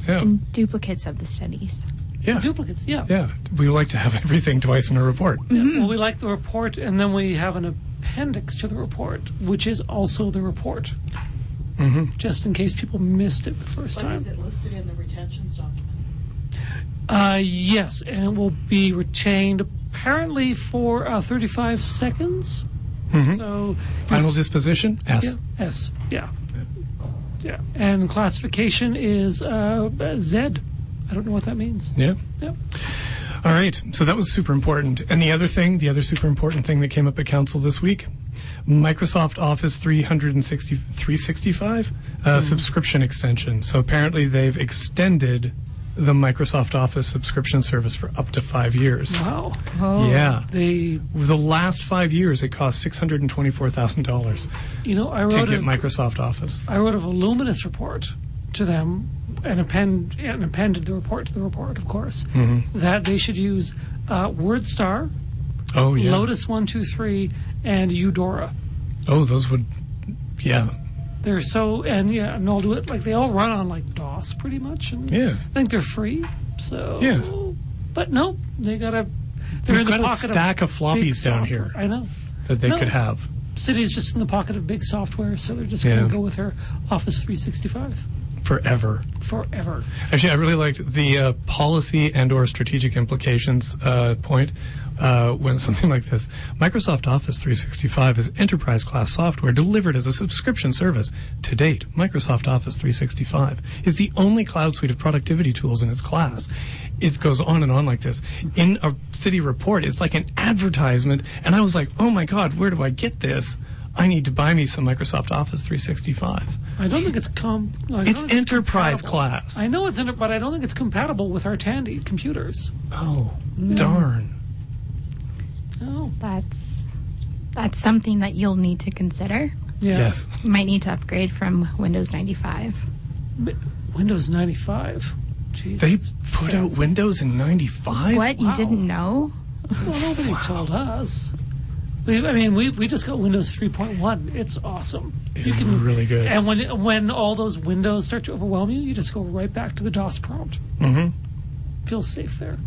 Speaker 2: yeah,
Speaker 3: Duplicates of the studies.
Speaker 2: yeah.
Speaker 1: Duplicates. Yeah.
Speaker 2: Yeah. We like to have everything twice in a report.
Speaker 1: Yeah, Well, we like the report, and then we have an appendix to the report, which is also the report. Mm-hmm. Just in case people missed it the first
Speaker 7: But
Speaker 1: time.
Speaker 7: is it listed in the retentions document?
Speaker 1: Uh, yes, and it will be retained apparently for uh, 35 seconds. So
Speaker 2: Final disposition? S.
Speaker 1: Yeah, S. Yeah. Yeah. And classification is uh, Z. I don't know what that means.
Speaker 2: Yeah.
Speaker 1: Yep.
Speaker 2: All right. So that was super important. And the other thing, the other super important thing that came up at council this week, Microsoft Office 360, 365 uh, subscription extension. So apparently they've extended the Microsoft Office subscription service for up to five years.
Speaker 1: Wow.
Speaker 2: Yeah.
Speaker 1: They,
Speaker 2: With the last five years, it cost $624,000
Speaker 1: you know, I
Speaker 2: to
Speaker 1: wrote
Speaker 2: get
Speaker 1: a,
Speaker 2: Microsoft Office.
Speaker 1: I wrote a voluminous report to them and append and appended the report to the report, of course,
Speaker 2: Mm-hmm.
Speaker 1: that they should use uh, WordStar,
Speaker 2: Oh, yeah.
Speaker 1: Lotus One Two Three, and Eudora.
Speaker 2: Oh, those would, yeah.
Speaker 1: They're so and yeah, and all do it like they all run on like DOS pretty much, and
Speaker 2: Yeah.
Speaker 1: I think they're free. So
Speaker 2: Yeah.
Speaker 1: but no, they gotta. They're
Speaker 2: We've
Speaker 1: in the
Speaker 2: got a
Speaker 1: pocket
Speaker 2: stack
Speaker 1: of
Speaker 2: of floppies
Speaker 1: big
Speaker 2: down
Speaker 1: software.
Speaker 2: here.
Speaker 1: I know.
Speaker 2: That they
Speaker 1: No.
Speaker 2: could have.
Speaker 1: City's just in the pocket of big software, so they're just
Speaker 2: Yeah.
Speaker 1: gonna go with her Office 365
Speaker 2: Forever.
Speaker 1: forever.
Speaker 2: Actually, I really liked the uh, policy and/or strategic implications uh, point uh, when something like this. Microsoft Office 365 is enterprise class software delivered as a subscription service. To date, Microsoft Office 365 is the only cloud suite of productivity tools in its class. It goes on and on like this. In a city report, it's like an advertisement, and I was like, "Oh my God, where do I get this? I need to buy me some Microsoft Office 365."
Speaker 1: I don't think it's com. I don't
Speaker 2: It's
Speaker 1: think
Speaker 2: enterprise
Speaker 1: compatible.
Speaker 2: class.
Speaker 1: I know it's in it, but I don't think it's compatible with our Tandy computers.
Speaker 2: Oh, darn.
Speaker 1: Oh,
Speaker 3: That's that's something that you'll need to consider.
Speaker 1: yeah.
Speaker 2: Yes.
Speaker 3: You might need to upgrade from Windows 95.
Speaker 1: Mi- Windows 95. Jeez.
Speaker 2: They
Speaker 1: that's
Speaker 2: put out
Speaker 1: fancy.
Speaker 2: Windows in 95?
Speaker 3: What you
Speaker 1: wow.
Speaker 3: didn't know?
Speaker 1: Well, nobody told us. We, I mean, we, we just got Windows 3.1. It's awesome. You can
Speaker 2: really good.
Speaker 1: And when when all those windows start to overwhelm you, you just go right back to the DOS prompt.
Speaker 2: Mhm.
Speaker 1: Feel safe there.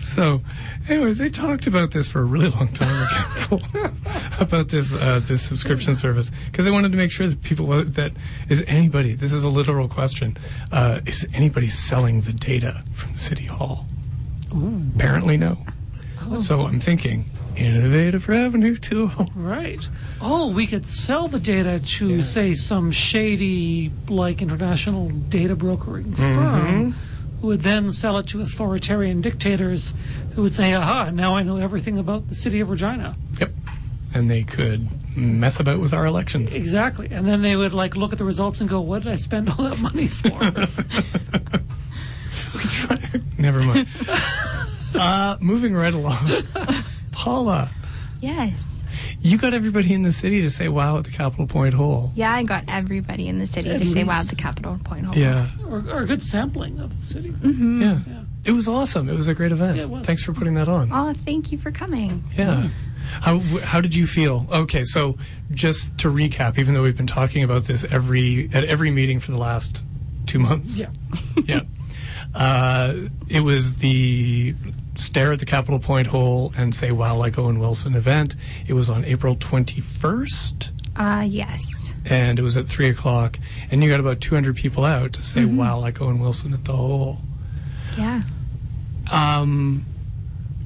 Speaker 2: So, anyways, they talked about this for a really long time at council about this uh, this subscription service because they wanted to make sure that people wa- that is anybody. This is a literal question: uh, Is anybody selling the data from City Hall? Apparently, no. So I'm thinking innovative revenue tool.
Speaker 1: Right. Oh, we could sell the data to, say, some shady, like, international data brokering firm who would then sell it to authoritarian dictators who would say, aha, now I know everything about the city of Regina.
Speaker 2: Yep, and they could mess about with our elections.
Speaker 1: Exactly. And then they would, like, look at the results and go, what did I spend all that money for?
Speaker 2: Never mind. uh, moving right along, Paula.
Speaker 3: Yes.
Speaker 2: You got everybody in the city to say wow at the Capitol Point Hole.
Speaker 3: Yeah, I got everybody in the city to say, "Wow, the Capitol Point Hall."
Speaker 2: Yeah.
Speaker 1: or, or a good sampling of the city.
Speaker 2: yeah. It was awesome. It was a great event.
Speaker 1: Mm. Yeah, it was.
Speaker 2: Thanks for putting that on.
Speaker 3: Oh, thank you for coming.
Speaker 2: Yeah. How wh- how did you feel? Okay, so just to recap, even though we've been talking about this every at every meeting for the last two months.
Speaker 1: Yeah.
Speaker 2: yeah. Uh, it was the stare at the Capitol Point hole and say wow like Owen Wilson event. It was on April twenty first.
Speaker 3: Uh, yes.
Speaker 2: and it was at three o'clock, and you got about 200 people out to say, "Wow, like Owen Wilson at the hole."
Speaker 3: Yeah.
Speaker 2: Um,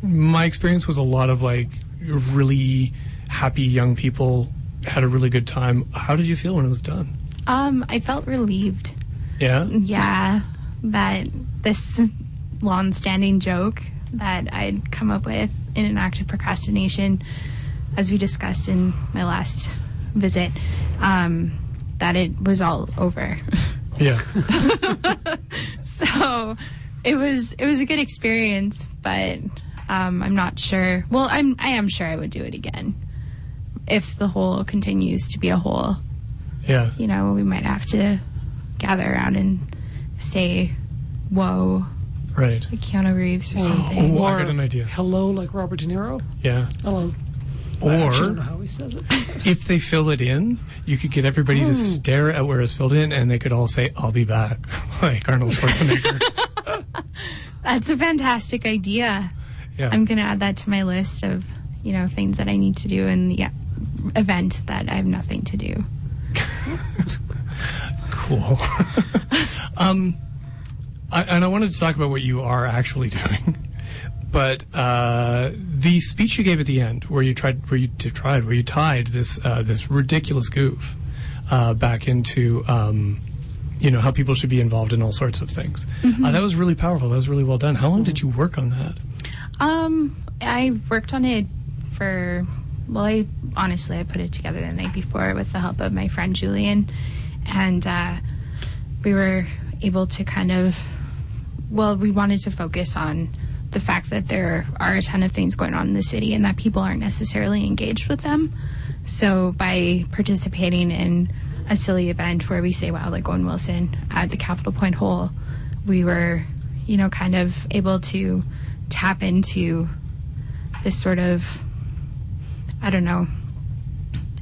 Speaker 2: my experience was a lot of like really happy young people had a really good time. How did you feel when it was done?
Speaker 3: Um, I felt relieved.
Speaker 2: Yeah,
Speaker 3: Yeah, that this long-standing joke that I'd come up with in an act of procrastination, as we discussed in my last visit, um, that it was all over.
Speaker 2: yeah,
Speaker 3: so it was it was a good experience, but Um, I'm not sure. Well, I'm I am sure I would do it again if the hole continues to be a hole.
Speaker 2: Yeah.
Speaker 3: You know, we might have to gather around and say, "Whoa,
Speaker 2: Right.
Speaker 3: like Keanu Reeves" or something.
Speaker 2: Oh, I
Speaker 1: Or
Speaker 2: got an idea.
Speaker 1: Hello, like Robert De Niro.
Speaker 2: Yeah.
Speaker 1: Hello. I actually don't know
Speaker 2: Or
Speaker 1: how he says it.
Speaker 2: if they fill it in, you could get everybody to stare at where it's filled in, and they could all say, "I'll be back," like Arnold Schwarzenegger.
Speaker 3: That's a fantastic idea.
Speaker 2: yeah.
Speaker 3: I'm going to add that to my list of, you know, things that I need to do in the event that I have nothing to do.
Speaker 2: cool. um, I, and I wanted to talk about what you are actually doing, but uh, the speech you gave at the end, where you tried, where you t- tried, where you tied this uh, this ridiculous goof uh, back into. Um, you know how people should be involved in all sorts of things. Uh, that was really powerful. That was really well done. How long did you work on that?
Speaker 3: Um, I worked on it for, well, I honestly, I put it together the night before with the help of my friend Julian. And uh, we were able to kind of, well, we wanted to focus on the fact that there are a ton of things going on in the city and that people aren't necessarily engaged with them. So by participating in a silly event where we say, wow, like Owen Wilson at the Capitol Point Hole, we were, you know, kind of able to tap into this sort of, I don't know,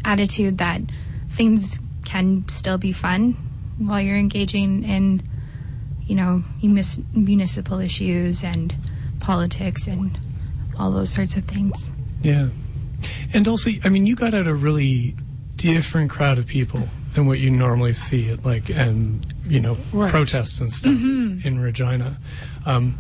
Speaker 3: attitude that things can still be fun while you're engaging in, you know, munis- municipal issues and politics and all those sorts of things.
Speaker 2: Yeah. And also, I mean, you got out a really different crowd of people than what you normally see at like and you know
Speaker 1: Right.
Speaker 2: protests and stuff in Regina. Um,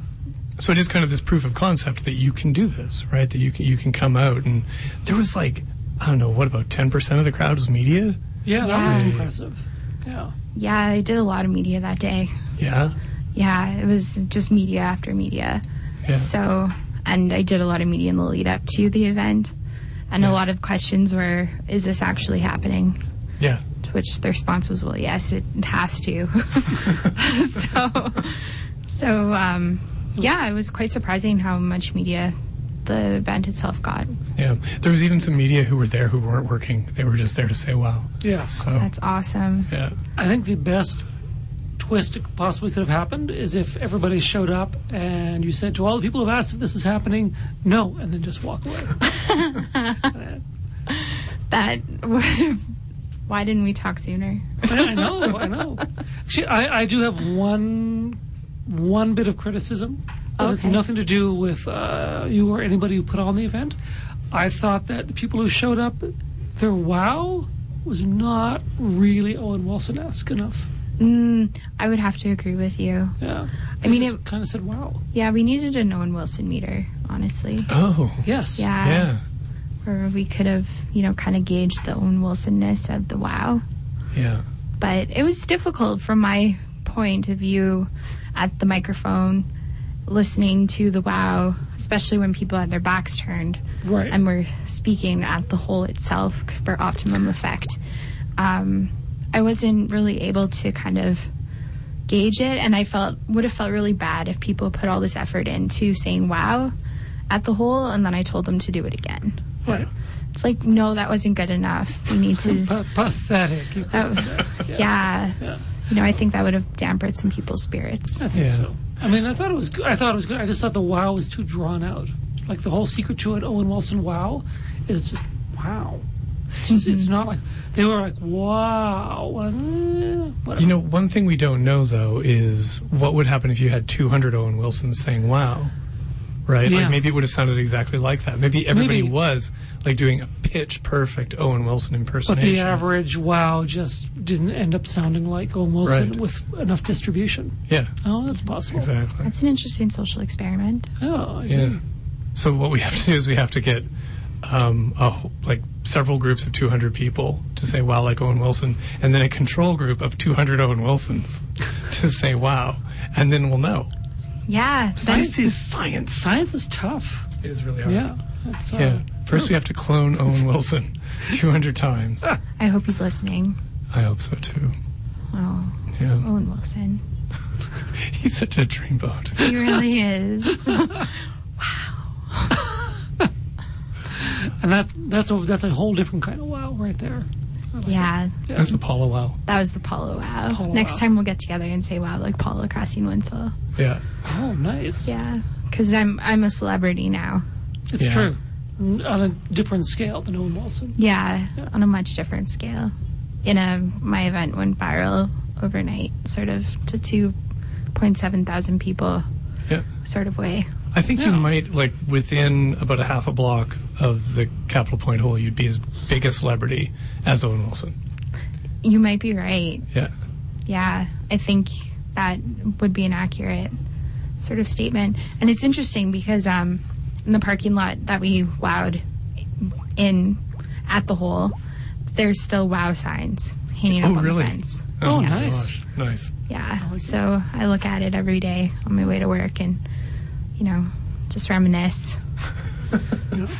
Speaker 2: so it is kind of this proof of concept that you can do this, right? That you can you can come out and there was like I don't know what about ten percent of the crowd was media.
Speaker 1: Yeah, that was
Speaker 3: Yeah.
Speaker 1: impressive. Yeah.
Speaker 3: Yeah, I did a lot of media that day.
Speaker 2: Yeah.
Speaker 3: Yeah, it was just media after media.
Speaker 2: Yeah.
Speaker 3: So, and I did a lot of media in the lead up to the event. And a lot of questions were, is this actually happening?
Speaker 2: Yeah.
Speaker 3: To which the response was, well, yes, it has to. so, so, um, yeah, it was quite surprising how much media the event itself got.
Speaker 2: Yeah. There was even some media who were there who weren't working. They were just there to say wow.
Speaker 1: Yes.
Speaker 2: So
Speaker 3: That's awesome.
Speaker 2: yeah.
Speaker 1: I think the best twist that possibly could have happened is if everybody showed up and you said to all the people who've asked if this is happening, no, and then just walk away.
Speaker 3: That, why didn't we talk sooner?
Speaker 1: I know, I know. Actually, I, I do have one one bit of criticism. It has
Speaker 3: Okay.
Speaker 1: nothing to do with uh, you or anybody who put on the event. I thought that the people who showed up, their wow was not really Owen Wilson esque enough.
Speaker 3: Mm, I would have to agree with you.
Speaker 1: Yeah.
Speaker 3: I mean, it-
Speaker 1: kind of said wow.
Speaker 3: Yeah, we needed a Owen Wilson meter, honestly,
Speaker 2: Oh.
Speaker 1: Yes.
Speaker 3: Yeah.
Speaker 2: Yeah.
Speaker 3: where we could have, you know, kind of gauged the Owen Wilsonness of the wow.
Speaker 2: Yeah.
Speaker 3: But it was difficult from my point of view at the microphone, listening to the wow, especially when people had their backs turned
Speaker 1: Right.
Speaker 3: and were speaking at the hole itself for optimum effect. Um, I wasn't really able to kind of gauge it, and I felt would have felt really bad if people put all this effort into saying wow at the hole, and then I told them to do it again.
Speaker 1: Right.
Speaker 3: It's like, no, that wasn't good enough. We need to.
Speaker 1: Pa- pathetic. You-
Speaker 3: That was, yeah.
Speaker 1: Yeah.
Speaker 3: You know, I think that would have dampened some people's spirits.
Speaker 1: I think
Speaker 2: Yeah.
Speaker 1: so. I mean, I thought it was. Good. I thought it was good. I just thought the wow was too drawn out. Like the whole secret to an Owen Wilson wow is just wow. It's, just, it's
Speaker 2: Mm-hmm.
Speaker 1: not like they were like wow. eh, whatever.
Speaker 2: You know, one thing we don't know though is what would happen if you had 200 Owen Wilsons saying "Wow," right?
Speaker 1: Yeah.
Speaker 2: Like maybe it would have sounded exactly like that. Maybe everybody
Speaker 1: Maybe.
Speaker 2: was like doing a pitch perfect Owen Wilson
Speaker 1: but
Speaker 2: impersonation.
Speaker 1: the average wow just didn't end up sounding like Owen Wilson
Speaker 2: Right.
Speaker 1: with enough distribution.
Speaker 2: yeah,
Speaker 1: Oh, that's possible.
Speaker 2: exactly.
Speaker 3: That's an interesting social experiment.
Speaker 1: Oh, I
Speaker 2: Yeah.
Speaker 1: agree.
Speaker 2: So what we have to do is we have to get um, a, wh- like several groups of 200 people to say "Wow" like Owen Wilson, and then a control group of 200 Owen Wilsons to say "Wow," and then we'll know.
Speaker 3: Yeah.
Speaker 1: Science
Speaker 3: that's-
Speaker 1: is science. Science is tough.
Speaker 2: It is really hard.
Speaker 1: Yeah. That's, uh,
Speaker 2: Yeah. First, we have to clone Owen Wilson 200 times.
Speaker 3: I hope he's listening.
Speaker 2: I hope so too.
Speaker 3: Oh,
Speaker 2: Yeah.
Speaker 3: Owen Wilson.
Speaker 2: He's such a dreamboat.
Speaker 3: He really is. wow.
Speaker 1: and that that's a that's a whole different kind of wow right there.
Speaker 3: Yeah,
Speaker 2: That's the Paula Wow.
Speaker 3: that was the Polo Wow.
Speaker 1: Polo
Speaker 3: Next
Speaker 1: Wow.
Speaker 3: time we'll get together and say wow like Polo Crossing Winslow.
Speaker 2: Yeah.
Speaker 1: Oh, nice.
Speaker 3: Yeah, because I'm I'm a celebrity now.
Speaker 1: It's
Speaker 2: Yeah.
Speaker 1: true. N- On a different scale than Owen Wilson.
Speaker 3: Yeah, on a much different scale. In a my event went viral overnight, sort of to two point seven thousand people,
Speaker 2: Yeah.
Speaker 3: sort of way.
Speaker 2: I think you
Speaker 1: Yeah.
Speaker 2: might like within about a half a block of the Capitol Point hole. You'd be as big a celebrity as Owen Wilson.
Speaker 3: You might be right.
Speaker 2: Yeah.
Speaker 3: Yeah, I think that would be an accurate sort of statement. And it's interesting because um, in the parking lot that we wowed in at the hole, there's still wow signs hanging
Speaker 2: Oh,
Speaker 3: up on
Speaker 2: really?
Speaker 3: the fence.
Speaker 1: Oh,
Speaker 2: my
Speaker 1: nice.
Speaker 2: gosh. Nice.
Speaker 3: Yeah, so I look at it every day on my way to work and, you know, just reminisce.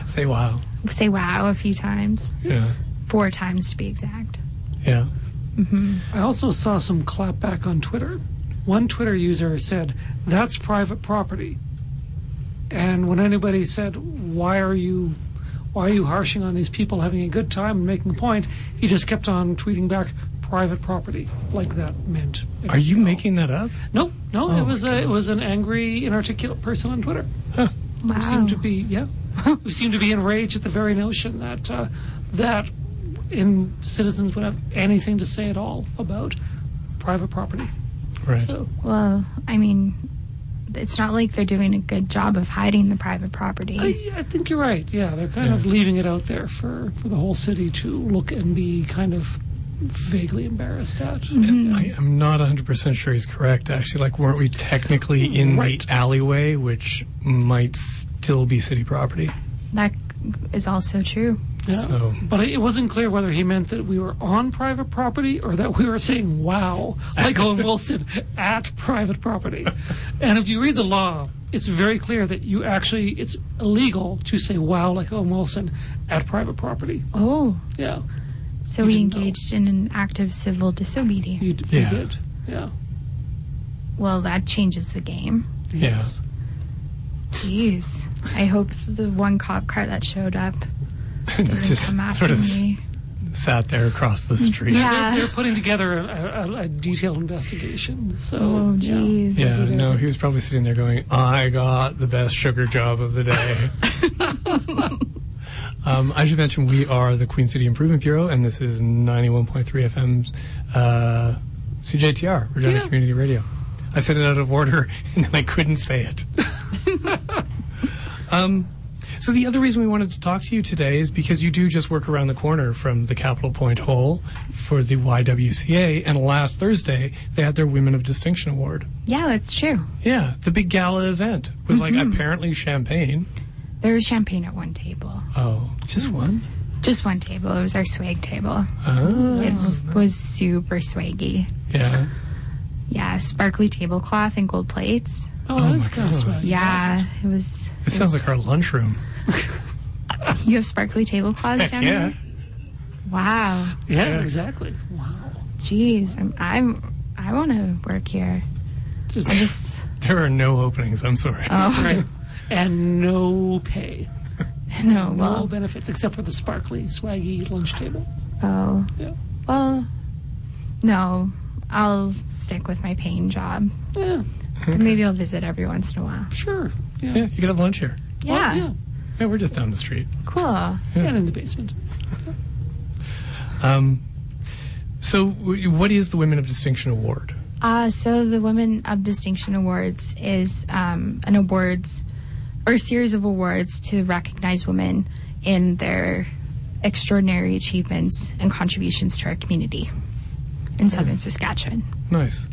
Speaker 2: Say wow.
Speaker 3: Say wow a few times,
Speaker 2: Yeah.
Speaker 3: four times to be exact.
Speaker 2: Yeah.
Speaker 1: I also saw some clapback on Twitter. One Twitter user said, "That's private property," and when anybody said, "Why are you?" Why are you harshing on these people having a good time and making a point? He just kept on tweeting back private property like that meant.
Speaker 2: Are you making that up?
Speaker 1: No, no.
Speaker 2: Oh,
Speaker 1: it was a, it was an angry, inarticulate person on Twitter who
Speaker 3: Wow.
Speaker 1: seemed to be yeah, who seemed to be enraged at the very notion that uh, that in citizens would have anything to say at all about private property.
Speaker 2: Right.
Speaker 1: So,
Speaker 3: Well, I mean, it's not like they're doing a good job of hiding the private property.
Speaker 1: I, I think you're right. Yeah, they're kind of
Speaker 2: Yeah.
Speaker 1: leaving it out there for for the whole city to look and be kind of vaguely embarrassed at.
Speaker 2: I, I'm not 100% sure he's correct, actually. Like, weren't we technically in
Speaker 1: Right.
Speaker 2: the alleyway, which might still be city property?
Speaker 3: That is also true.
Speaker 1: Yeah.
Speaker 2: So-
Speaker 1: But it wasn't clear whether he meant that we were on private property or that we were saying "wow" like Owen Wilson at private property. And if you read the law, it's very clear that you actually it's illegal to say "wow" like Owen Wilson at private property.
Speaker 3: Oh,
Speaker 1: Yeah,
Speaker 3: so
Speaker 1: You
Speaker 3: we
Speaker 1: didn't know.
Speaker 3: engaged in an active civil disobedience.
Speaker 1: you, d- you
Speaker 2: Yeah.
Speaker 1: did. Yeah.
Speaker 3: Well, that changes the game.
Speaker 1: Yes.
Speaker 3: Jeez. I hope the one cop car that showed up doesn't
Speaker 2: Just
Speaker 3: come after
Speaker 2: sort of s-
Speaker 3: me.
Speaker 2: sat there across the street.
Speaker 3: Yeah.
Speaker 1: They're putting together a, a, a detailed investigation. So.
Speaker 3: Oh,
Speaker 1: yeah.
Speaker 3: jeez.
Speaker 2: Yeah, no, he was probably sitting there going, I got the best sugar job of the day. um, I should mention we are the Queen City Improvement Bureau, and this is 91.3 FM's uh, CJTR, Regina
Speaker 1: Yeah.
Speaker 2: Community Radio. I said it out of order, and then I couldn't say it. um, so the other reason we wanted to talk to you today is because you do just work around the corner from the Capitol Point Hole for the YWCA, and last Thursday they had their Women of Distinction Award.
Speaker 3: Yeah, that's true.
Speaker 2: Yeah, the big gala event with like apparently champagne.
Speaker 3: There was champagne at one table.
Speaker 2: Oh, just one.
Speaker 3: Just one table. It was our swag table.
Speaker 2: Oh,
Speaker 3: It was super swaggy.
Speaker 2: yeah.
Speaker 3: Yeah, sparkly tablecloth and gold plates.
Speaker 1: Oh, that's
Speaker 2: my
Speaker 1: kind of
Speaker 2: God.
Speaker 1: smart.
Speaker 3: Yeah, it was.
Speaker 2: It sounds like our lunchroom.
Speaker 3: You have sparkly tablecloths down
Speaker 2: yeah.
Speaker 3: there? Wow.
Speaker 1: Yeah. Exactly. Wow.
Speaker 3: Jeez, I'm, I'm, I want to work here. I just,
Speaker 2: There are no openings. I'm sorry.
Speaker 3: oh,
Speaker 1: Right. And no pay.
Speaker 3: no,
Speaker 1: No
Speaker 3: well,
Speaker 1: benefits except for the sparkly, swaggy lunch table.
Speaker 3: oh,
Speaker 1: Yeah.
Speaker 3: well, no, I'll stick with my paying job.
Speaker 1: Yeah,
Speaker 3: Or Maybe I'll visit every once in a while.
Speaker 1: sure. Yeah.
Speaker 2: Yeah, you can have lunch here.
Speaker 3: Yeah,
Speaker 1: Well, Oh, yeah.
Speaker 2: Yeah, we're just down the street.
Speaker 3: cool.
Speaker 1: And in the basement.
Speaker 2: Um, so, w- what is the Women of Distinction Award?
Speaker 3: Uh, so the Women of Distinction Awards is um, an awards or a series of awards to recognize women in their extraordinary achievements and contributions to our community in southern Saskatchewan.
Speaker 2: Nice.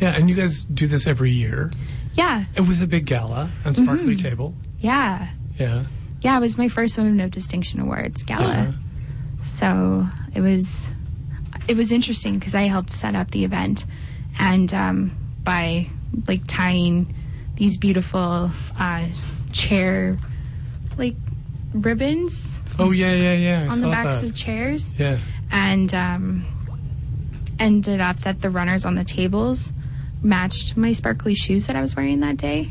Speaker 2: Yeah, and you guys do this every year Mm-hmm.
Speaker 3: Yeah,
Speaker 2: and Uh, with a big gala and sparkly table.
Speaker 3: yeah,
Speaker 2: Yeah.
Speaker 3: yeah. It was my first Women of Distinction Awards
Speaker 2: Yeah.
Speaker 3: gala, so it was it was interesting because I helped set up the event, and um, by like tying these beautiful uh, chair like ribbons
Speaker 2: Oh yeah, yeah, yeah. I
Speaker 3: on
Speaker 2: saw
Speaker 3: the backs
Speaker 2: that.
Speaker 3: of chairs,
Speaker 2: yeah.
Speaker 3: and um, ended up that the runners on the tables matched my sparkly shoes that I was wearing that day.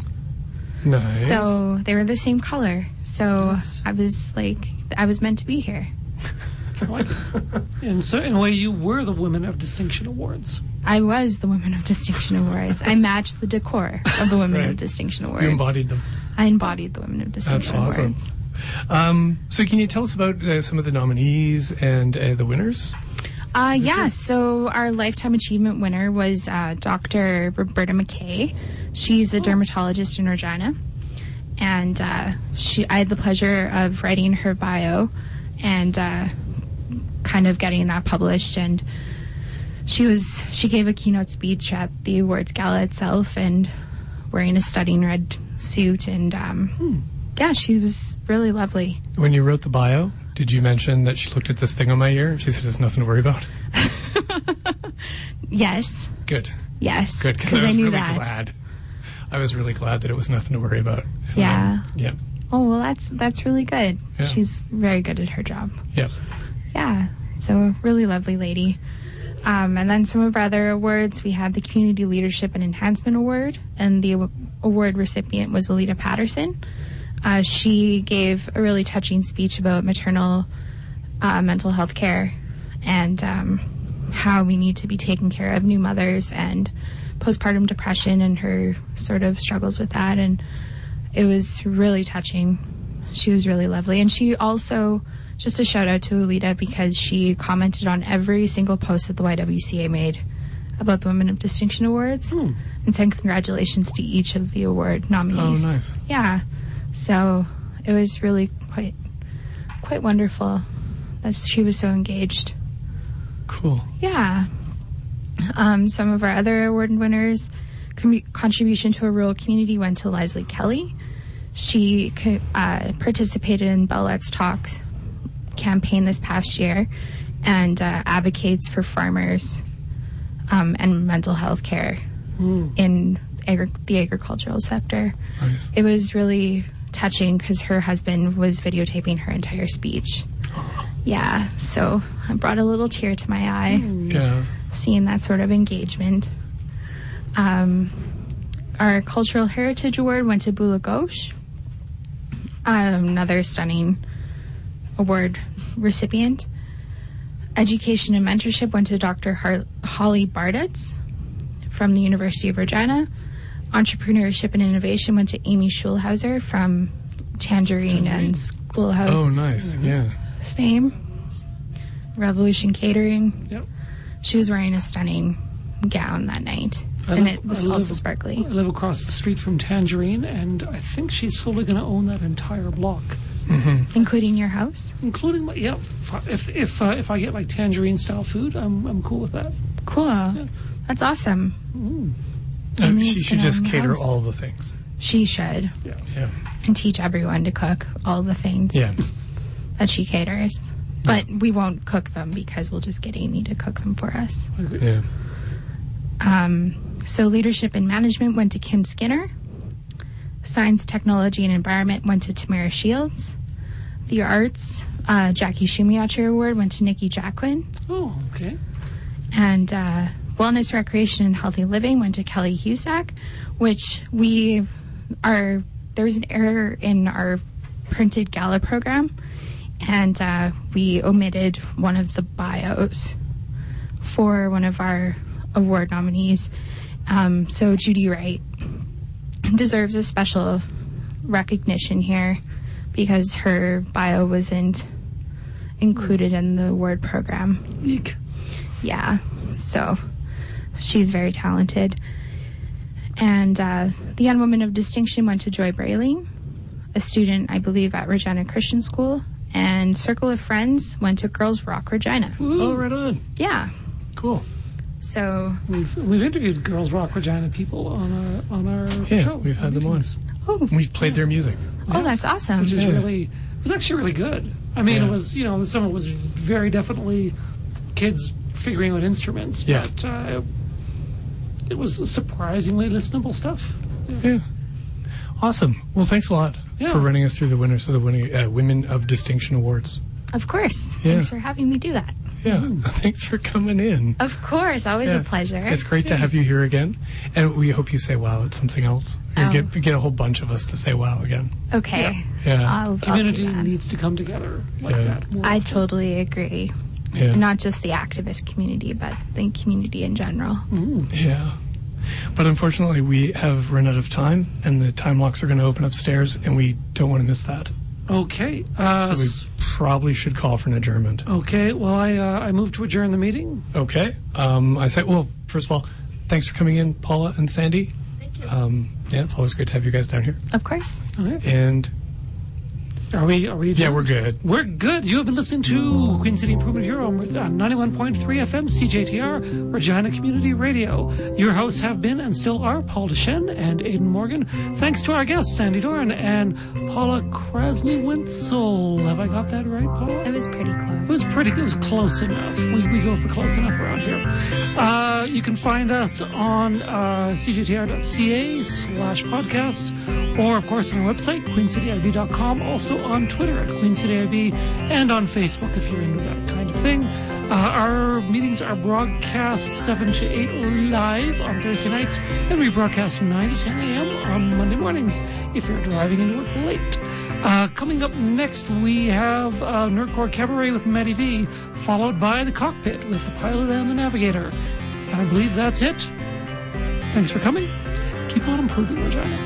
Speaker 2: Nice.
Speaker 3: So they were the same color. So I was like, I was meant to be here.
Speaker 1: I like it. In a certain way, you were the Women of Distinction Awards.
Speaker 3: I was the Women of Distinction Awards. I matched the decor of the Women
Speaker 2: Right.
Speaker 3: of Distinction Awards.
Speaker 2: you embodied them.
Speaker 3: I embodied the Women of Distinction
Speaker 2: awesome.
Speaker 3: Awards.
Speaker 2: Um, so can you tell us about uh, some of the nominees and uh, the winners?
Speaker 3: Uh,
Speaker 2: Mm-hmm.
Speaker 3: yeah, so our Lifetime Achievement winner was uh, Dr. Roberta McKay.
Speaker 2: Oh.
Speaker 3: She's a dermatologist in Regina. And uh, she, I had the pleasure of writing her bio and uh, kind of getting that published. And she was she gave a keynote speech at the awards gala itself and wearing a studying red suit. And um,
Speaker 2: Hmm.
Speaker 3: yeah, she was really lovely.
Speaker 2: When you wrote the bio, did you mention that she looked at this thing on my ear? She said, "It's nothing to worry about."
Speaker 3: Yes,
Speaker 2: Good,
Speaker 3: yes,
Speaker 2: good.
Speaker 3: because
Speaker 2: was
Speaker 3: I, knew
Speaker 2: really
Speaker 3: that.
Speaker 2: glad. I was really glad that it was nothing to worry about. And,
Speaker 3: Yeah.
Speaker 2: um, Yep.
Speaker 3: Oh well, that's that's really good.
Speaker 2: Yeah.
Speaker 3: She's very good at her job.
Speaker 2: Yep.
Speaker 3: Yeah, so really lovely lady. Um, and then some of our other awards, we had the Community Leadership and Enhancement Award, and the aw- award recipient was Alita Patterson. Uh, she gave a really touching speech about maternal uh, mental health care and um, how we need to be taking care of new mothers and postpartum depression and her sort of struggles with that. And it was really touching. She was really lovely. And she also, just a shout out to Alita because she commented on every single post that the YWCA made about the Women of Distinction Awards
Speaker 2: Hmm.
Speaker 3: and sent congratulations to each of the award nominees.
Speaker 2: Oh, nice.
Speaker 3: Yeah. So it was really quite, quite wonderful that she was so engaged.
Speaker 2: Cool.
Speaker 3: Yeah. Um, some of our other award winners' commu- contribution to a rural community went to Leslie Kelly. She co- uh, participated in Bell Let's Talk campaign this past year and uh, advocates for farmers um, and mental health care in agri- the agricultural sector.
Speaker 2: Nice.
Speaker 3: It was really touching because her husband was videotaping her entire speech. Yeah, so I brought a little tear to my eye
Speaker 2: Yeah.
Speaker 3: seeing that sort of engagement. Um, our Cultural Heritage Award went to Bula Ghosh, um, another stunning award recipient. Education and mentorship went to Dr. Har- Holly Bardetz from the University of Regina. Entrepreneurship and innovation went to Amy Schulhauser from Tangerine and Schoolhouse
Speaker 2: Oh, nice. Yeah.
Speaker 3: fame, Revolution Catering.
Speaker 1: Yep.
Speaker 3: She was wearing a stunning gown that night,
Speaker 1: I
Speaker 3: and
Speaker 1: love-
Speaker 3: it was
Speaker 1: I love-
Speaker 3: also sparkly.
Speaker 1: I live across the street from Tangerine, and I think she's solely going to own that entire block,
Speaker 3: Including your house.
Speaker 1: including my. Yeah, if if uh, if I get like Tangerine style food, I'm I'm cool with that.
Speaker 3: Cool. That's awesome.
Speaker 2: Uh,
Speaker 3: mean,
Speaker 2: she
Speaker 3: it's
Speaker 2: should
Speaker 3: gonna
Speaker 2: just
Speaker 3: own the
Speaker 2: cater
Speaker 3: house.
Speaker 2: all the things.
Speaker 3: She should
Speaker 2: Yeah.
Speaker 3: and teach everyone to cook all the things
Speaker 2: Yeah.
Speaker 3: that she caters. But we won't cook them because we'll just get Amy to cook them for us.
Speaker 2: Yeah.
Speaker 3: Um, so leadership and management went to Kim Skinner. Science, technology, and environment went to Tamara Shields. The arts, uh, Jackie Shumiacher Award went to Nikki Jacquin.
Speaker 1: Oh, okay.
Speaker 3: And uh, wellness, recreation, and healthy living went to Kelly Husak, which we are, there was an error in our printed gala program, and uh, we omitted one of the bios for one of our award nominees. Um, so Judy Wright deserves a special recognition here because her bio wasn't included in the award program.
Speaker 1: Eek.
Speaker 3: Yeah. So she's very talented. And uh, the Young Woman of Distinction went to Joy Brayling, a student, I believe, at Regina Christian School. And Circle of Friends went to Girls Rock Regina.
Speaker 2: Oh, right on.
Speaker 3: Yeah.
Speaker 2: Cool.
Speaker 3: So,
Speaker 1: We've we've interviewed Girls Rock Regina people on our on our
Speaker 2: Yeah,
Speaker 1: show.
Speaker 2: we've had them on.
Speaker 1: meetings,
Speaker 3: oh,
Speaker 2: We've played their music.
Speaker 3: oh that's awesome.
Speaker 1: which is
Speaker 2: Yeah.
Speaker 1: really it was actually really good. I mean,
Speaker 2: Yeah.
Speaker 1: it was you know some of it was very definitely kids figuring out instruments,
Speaker 2: Yeah.
Speaker 1: but uh, it was surprisingly listenable stuff.
Speaker 2: Yeah. Awesome. Well, thanks a lot
Speaker 1: Yeah.
Speaker 2: for running us through the winners of the winning, uh, Women of Distinction Awards.
Speaker 3: Of course.
Speaker 2: Yeah.
Speaker 3: Thanks for having me do that.
Speaker 2: Yeah. Thanks for coming in.
Speaker 3: Of course, always
Speaker 2: Yeah.
Speaker 3: a pleasure.
Speaker 2: It's great to have you here again. And we hope you say wow at something else. Or
Speaker 3: Oh.
Speaker 2: get, get a whole bunch of us to say wow again.
Speaker 3: Okay.
Speaker 2: Yeah.
Speaker 3: I'll, I'll
Speaker 1: Community
Speaker 3: do that.
Speaker 1: needs to come together like
Speaker 2: Yeah.
Speaker 1: that. more
Speaker 3: I
Speaker 1: often.
Speaker 3: totally agree.
Speaker 2: Yeah.
Speaker 3: Not just the activist community, but the community in general.
Speaker 2: Yeah. But unfortunately, we have run out of time, and the time locks are going to open upstairs, and we don't want to miss that.
Speaker 1: Okay. Uh,
Speaker 2: So we probably should call for an adjournment.
Speaker 1: Okay. Well, I uh, I move to adjourn the meeting.
Speaker 2: Okay. Um, I say, well, first of all, thanks for coming in, Paula and Sandy. Thank you. Um, yeah, it's always good to have you guys down here.
Speaker 3: Of course.
Speaker 2: And
Speaker 1: Are we? Are we?
Speaker 2: yeah,
Speaker 1: adjourned?
Speaker 2: we're good.
Speaker 1: We're good. You have been listening to Queen City Improvement Bureau on 91.3 FM CJTR, Regina Community Radio. Your hosts have been and still are Paul Deshen and Aiden Morgan. Thanks to our guests, Sandy Doran and Paula Krasny Wentzel. Have I got that right, Paula?
Speaker 3: It was pretty
Speaker 1: It
Speaker 3: close.
Speaker 1: was pretty. It was close enough. We, we go for close enough around here. Uh, you can find us on uh, cjtr.ca slash podcasts, or of course on our website queencityib.com. Also on Twitter at queencityib, and on Facebook if you're into that kind of thing. Uh, our meetings are broadcast seven to eight live on Thursday nights, and we broadcast from nine to ten a.m. on Monday mornings if you're driving into work late. Uh, coming up next, we have uh, Nerdcore Cabaret with Maddie V, followed by The Cockpit with the pilot and the navigator. And I believe that's it. Thanks for coming. Keep on improving, Regina.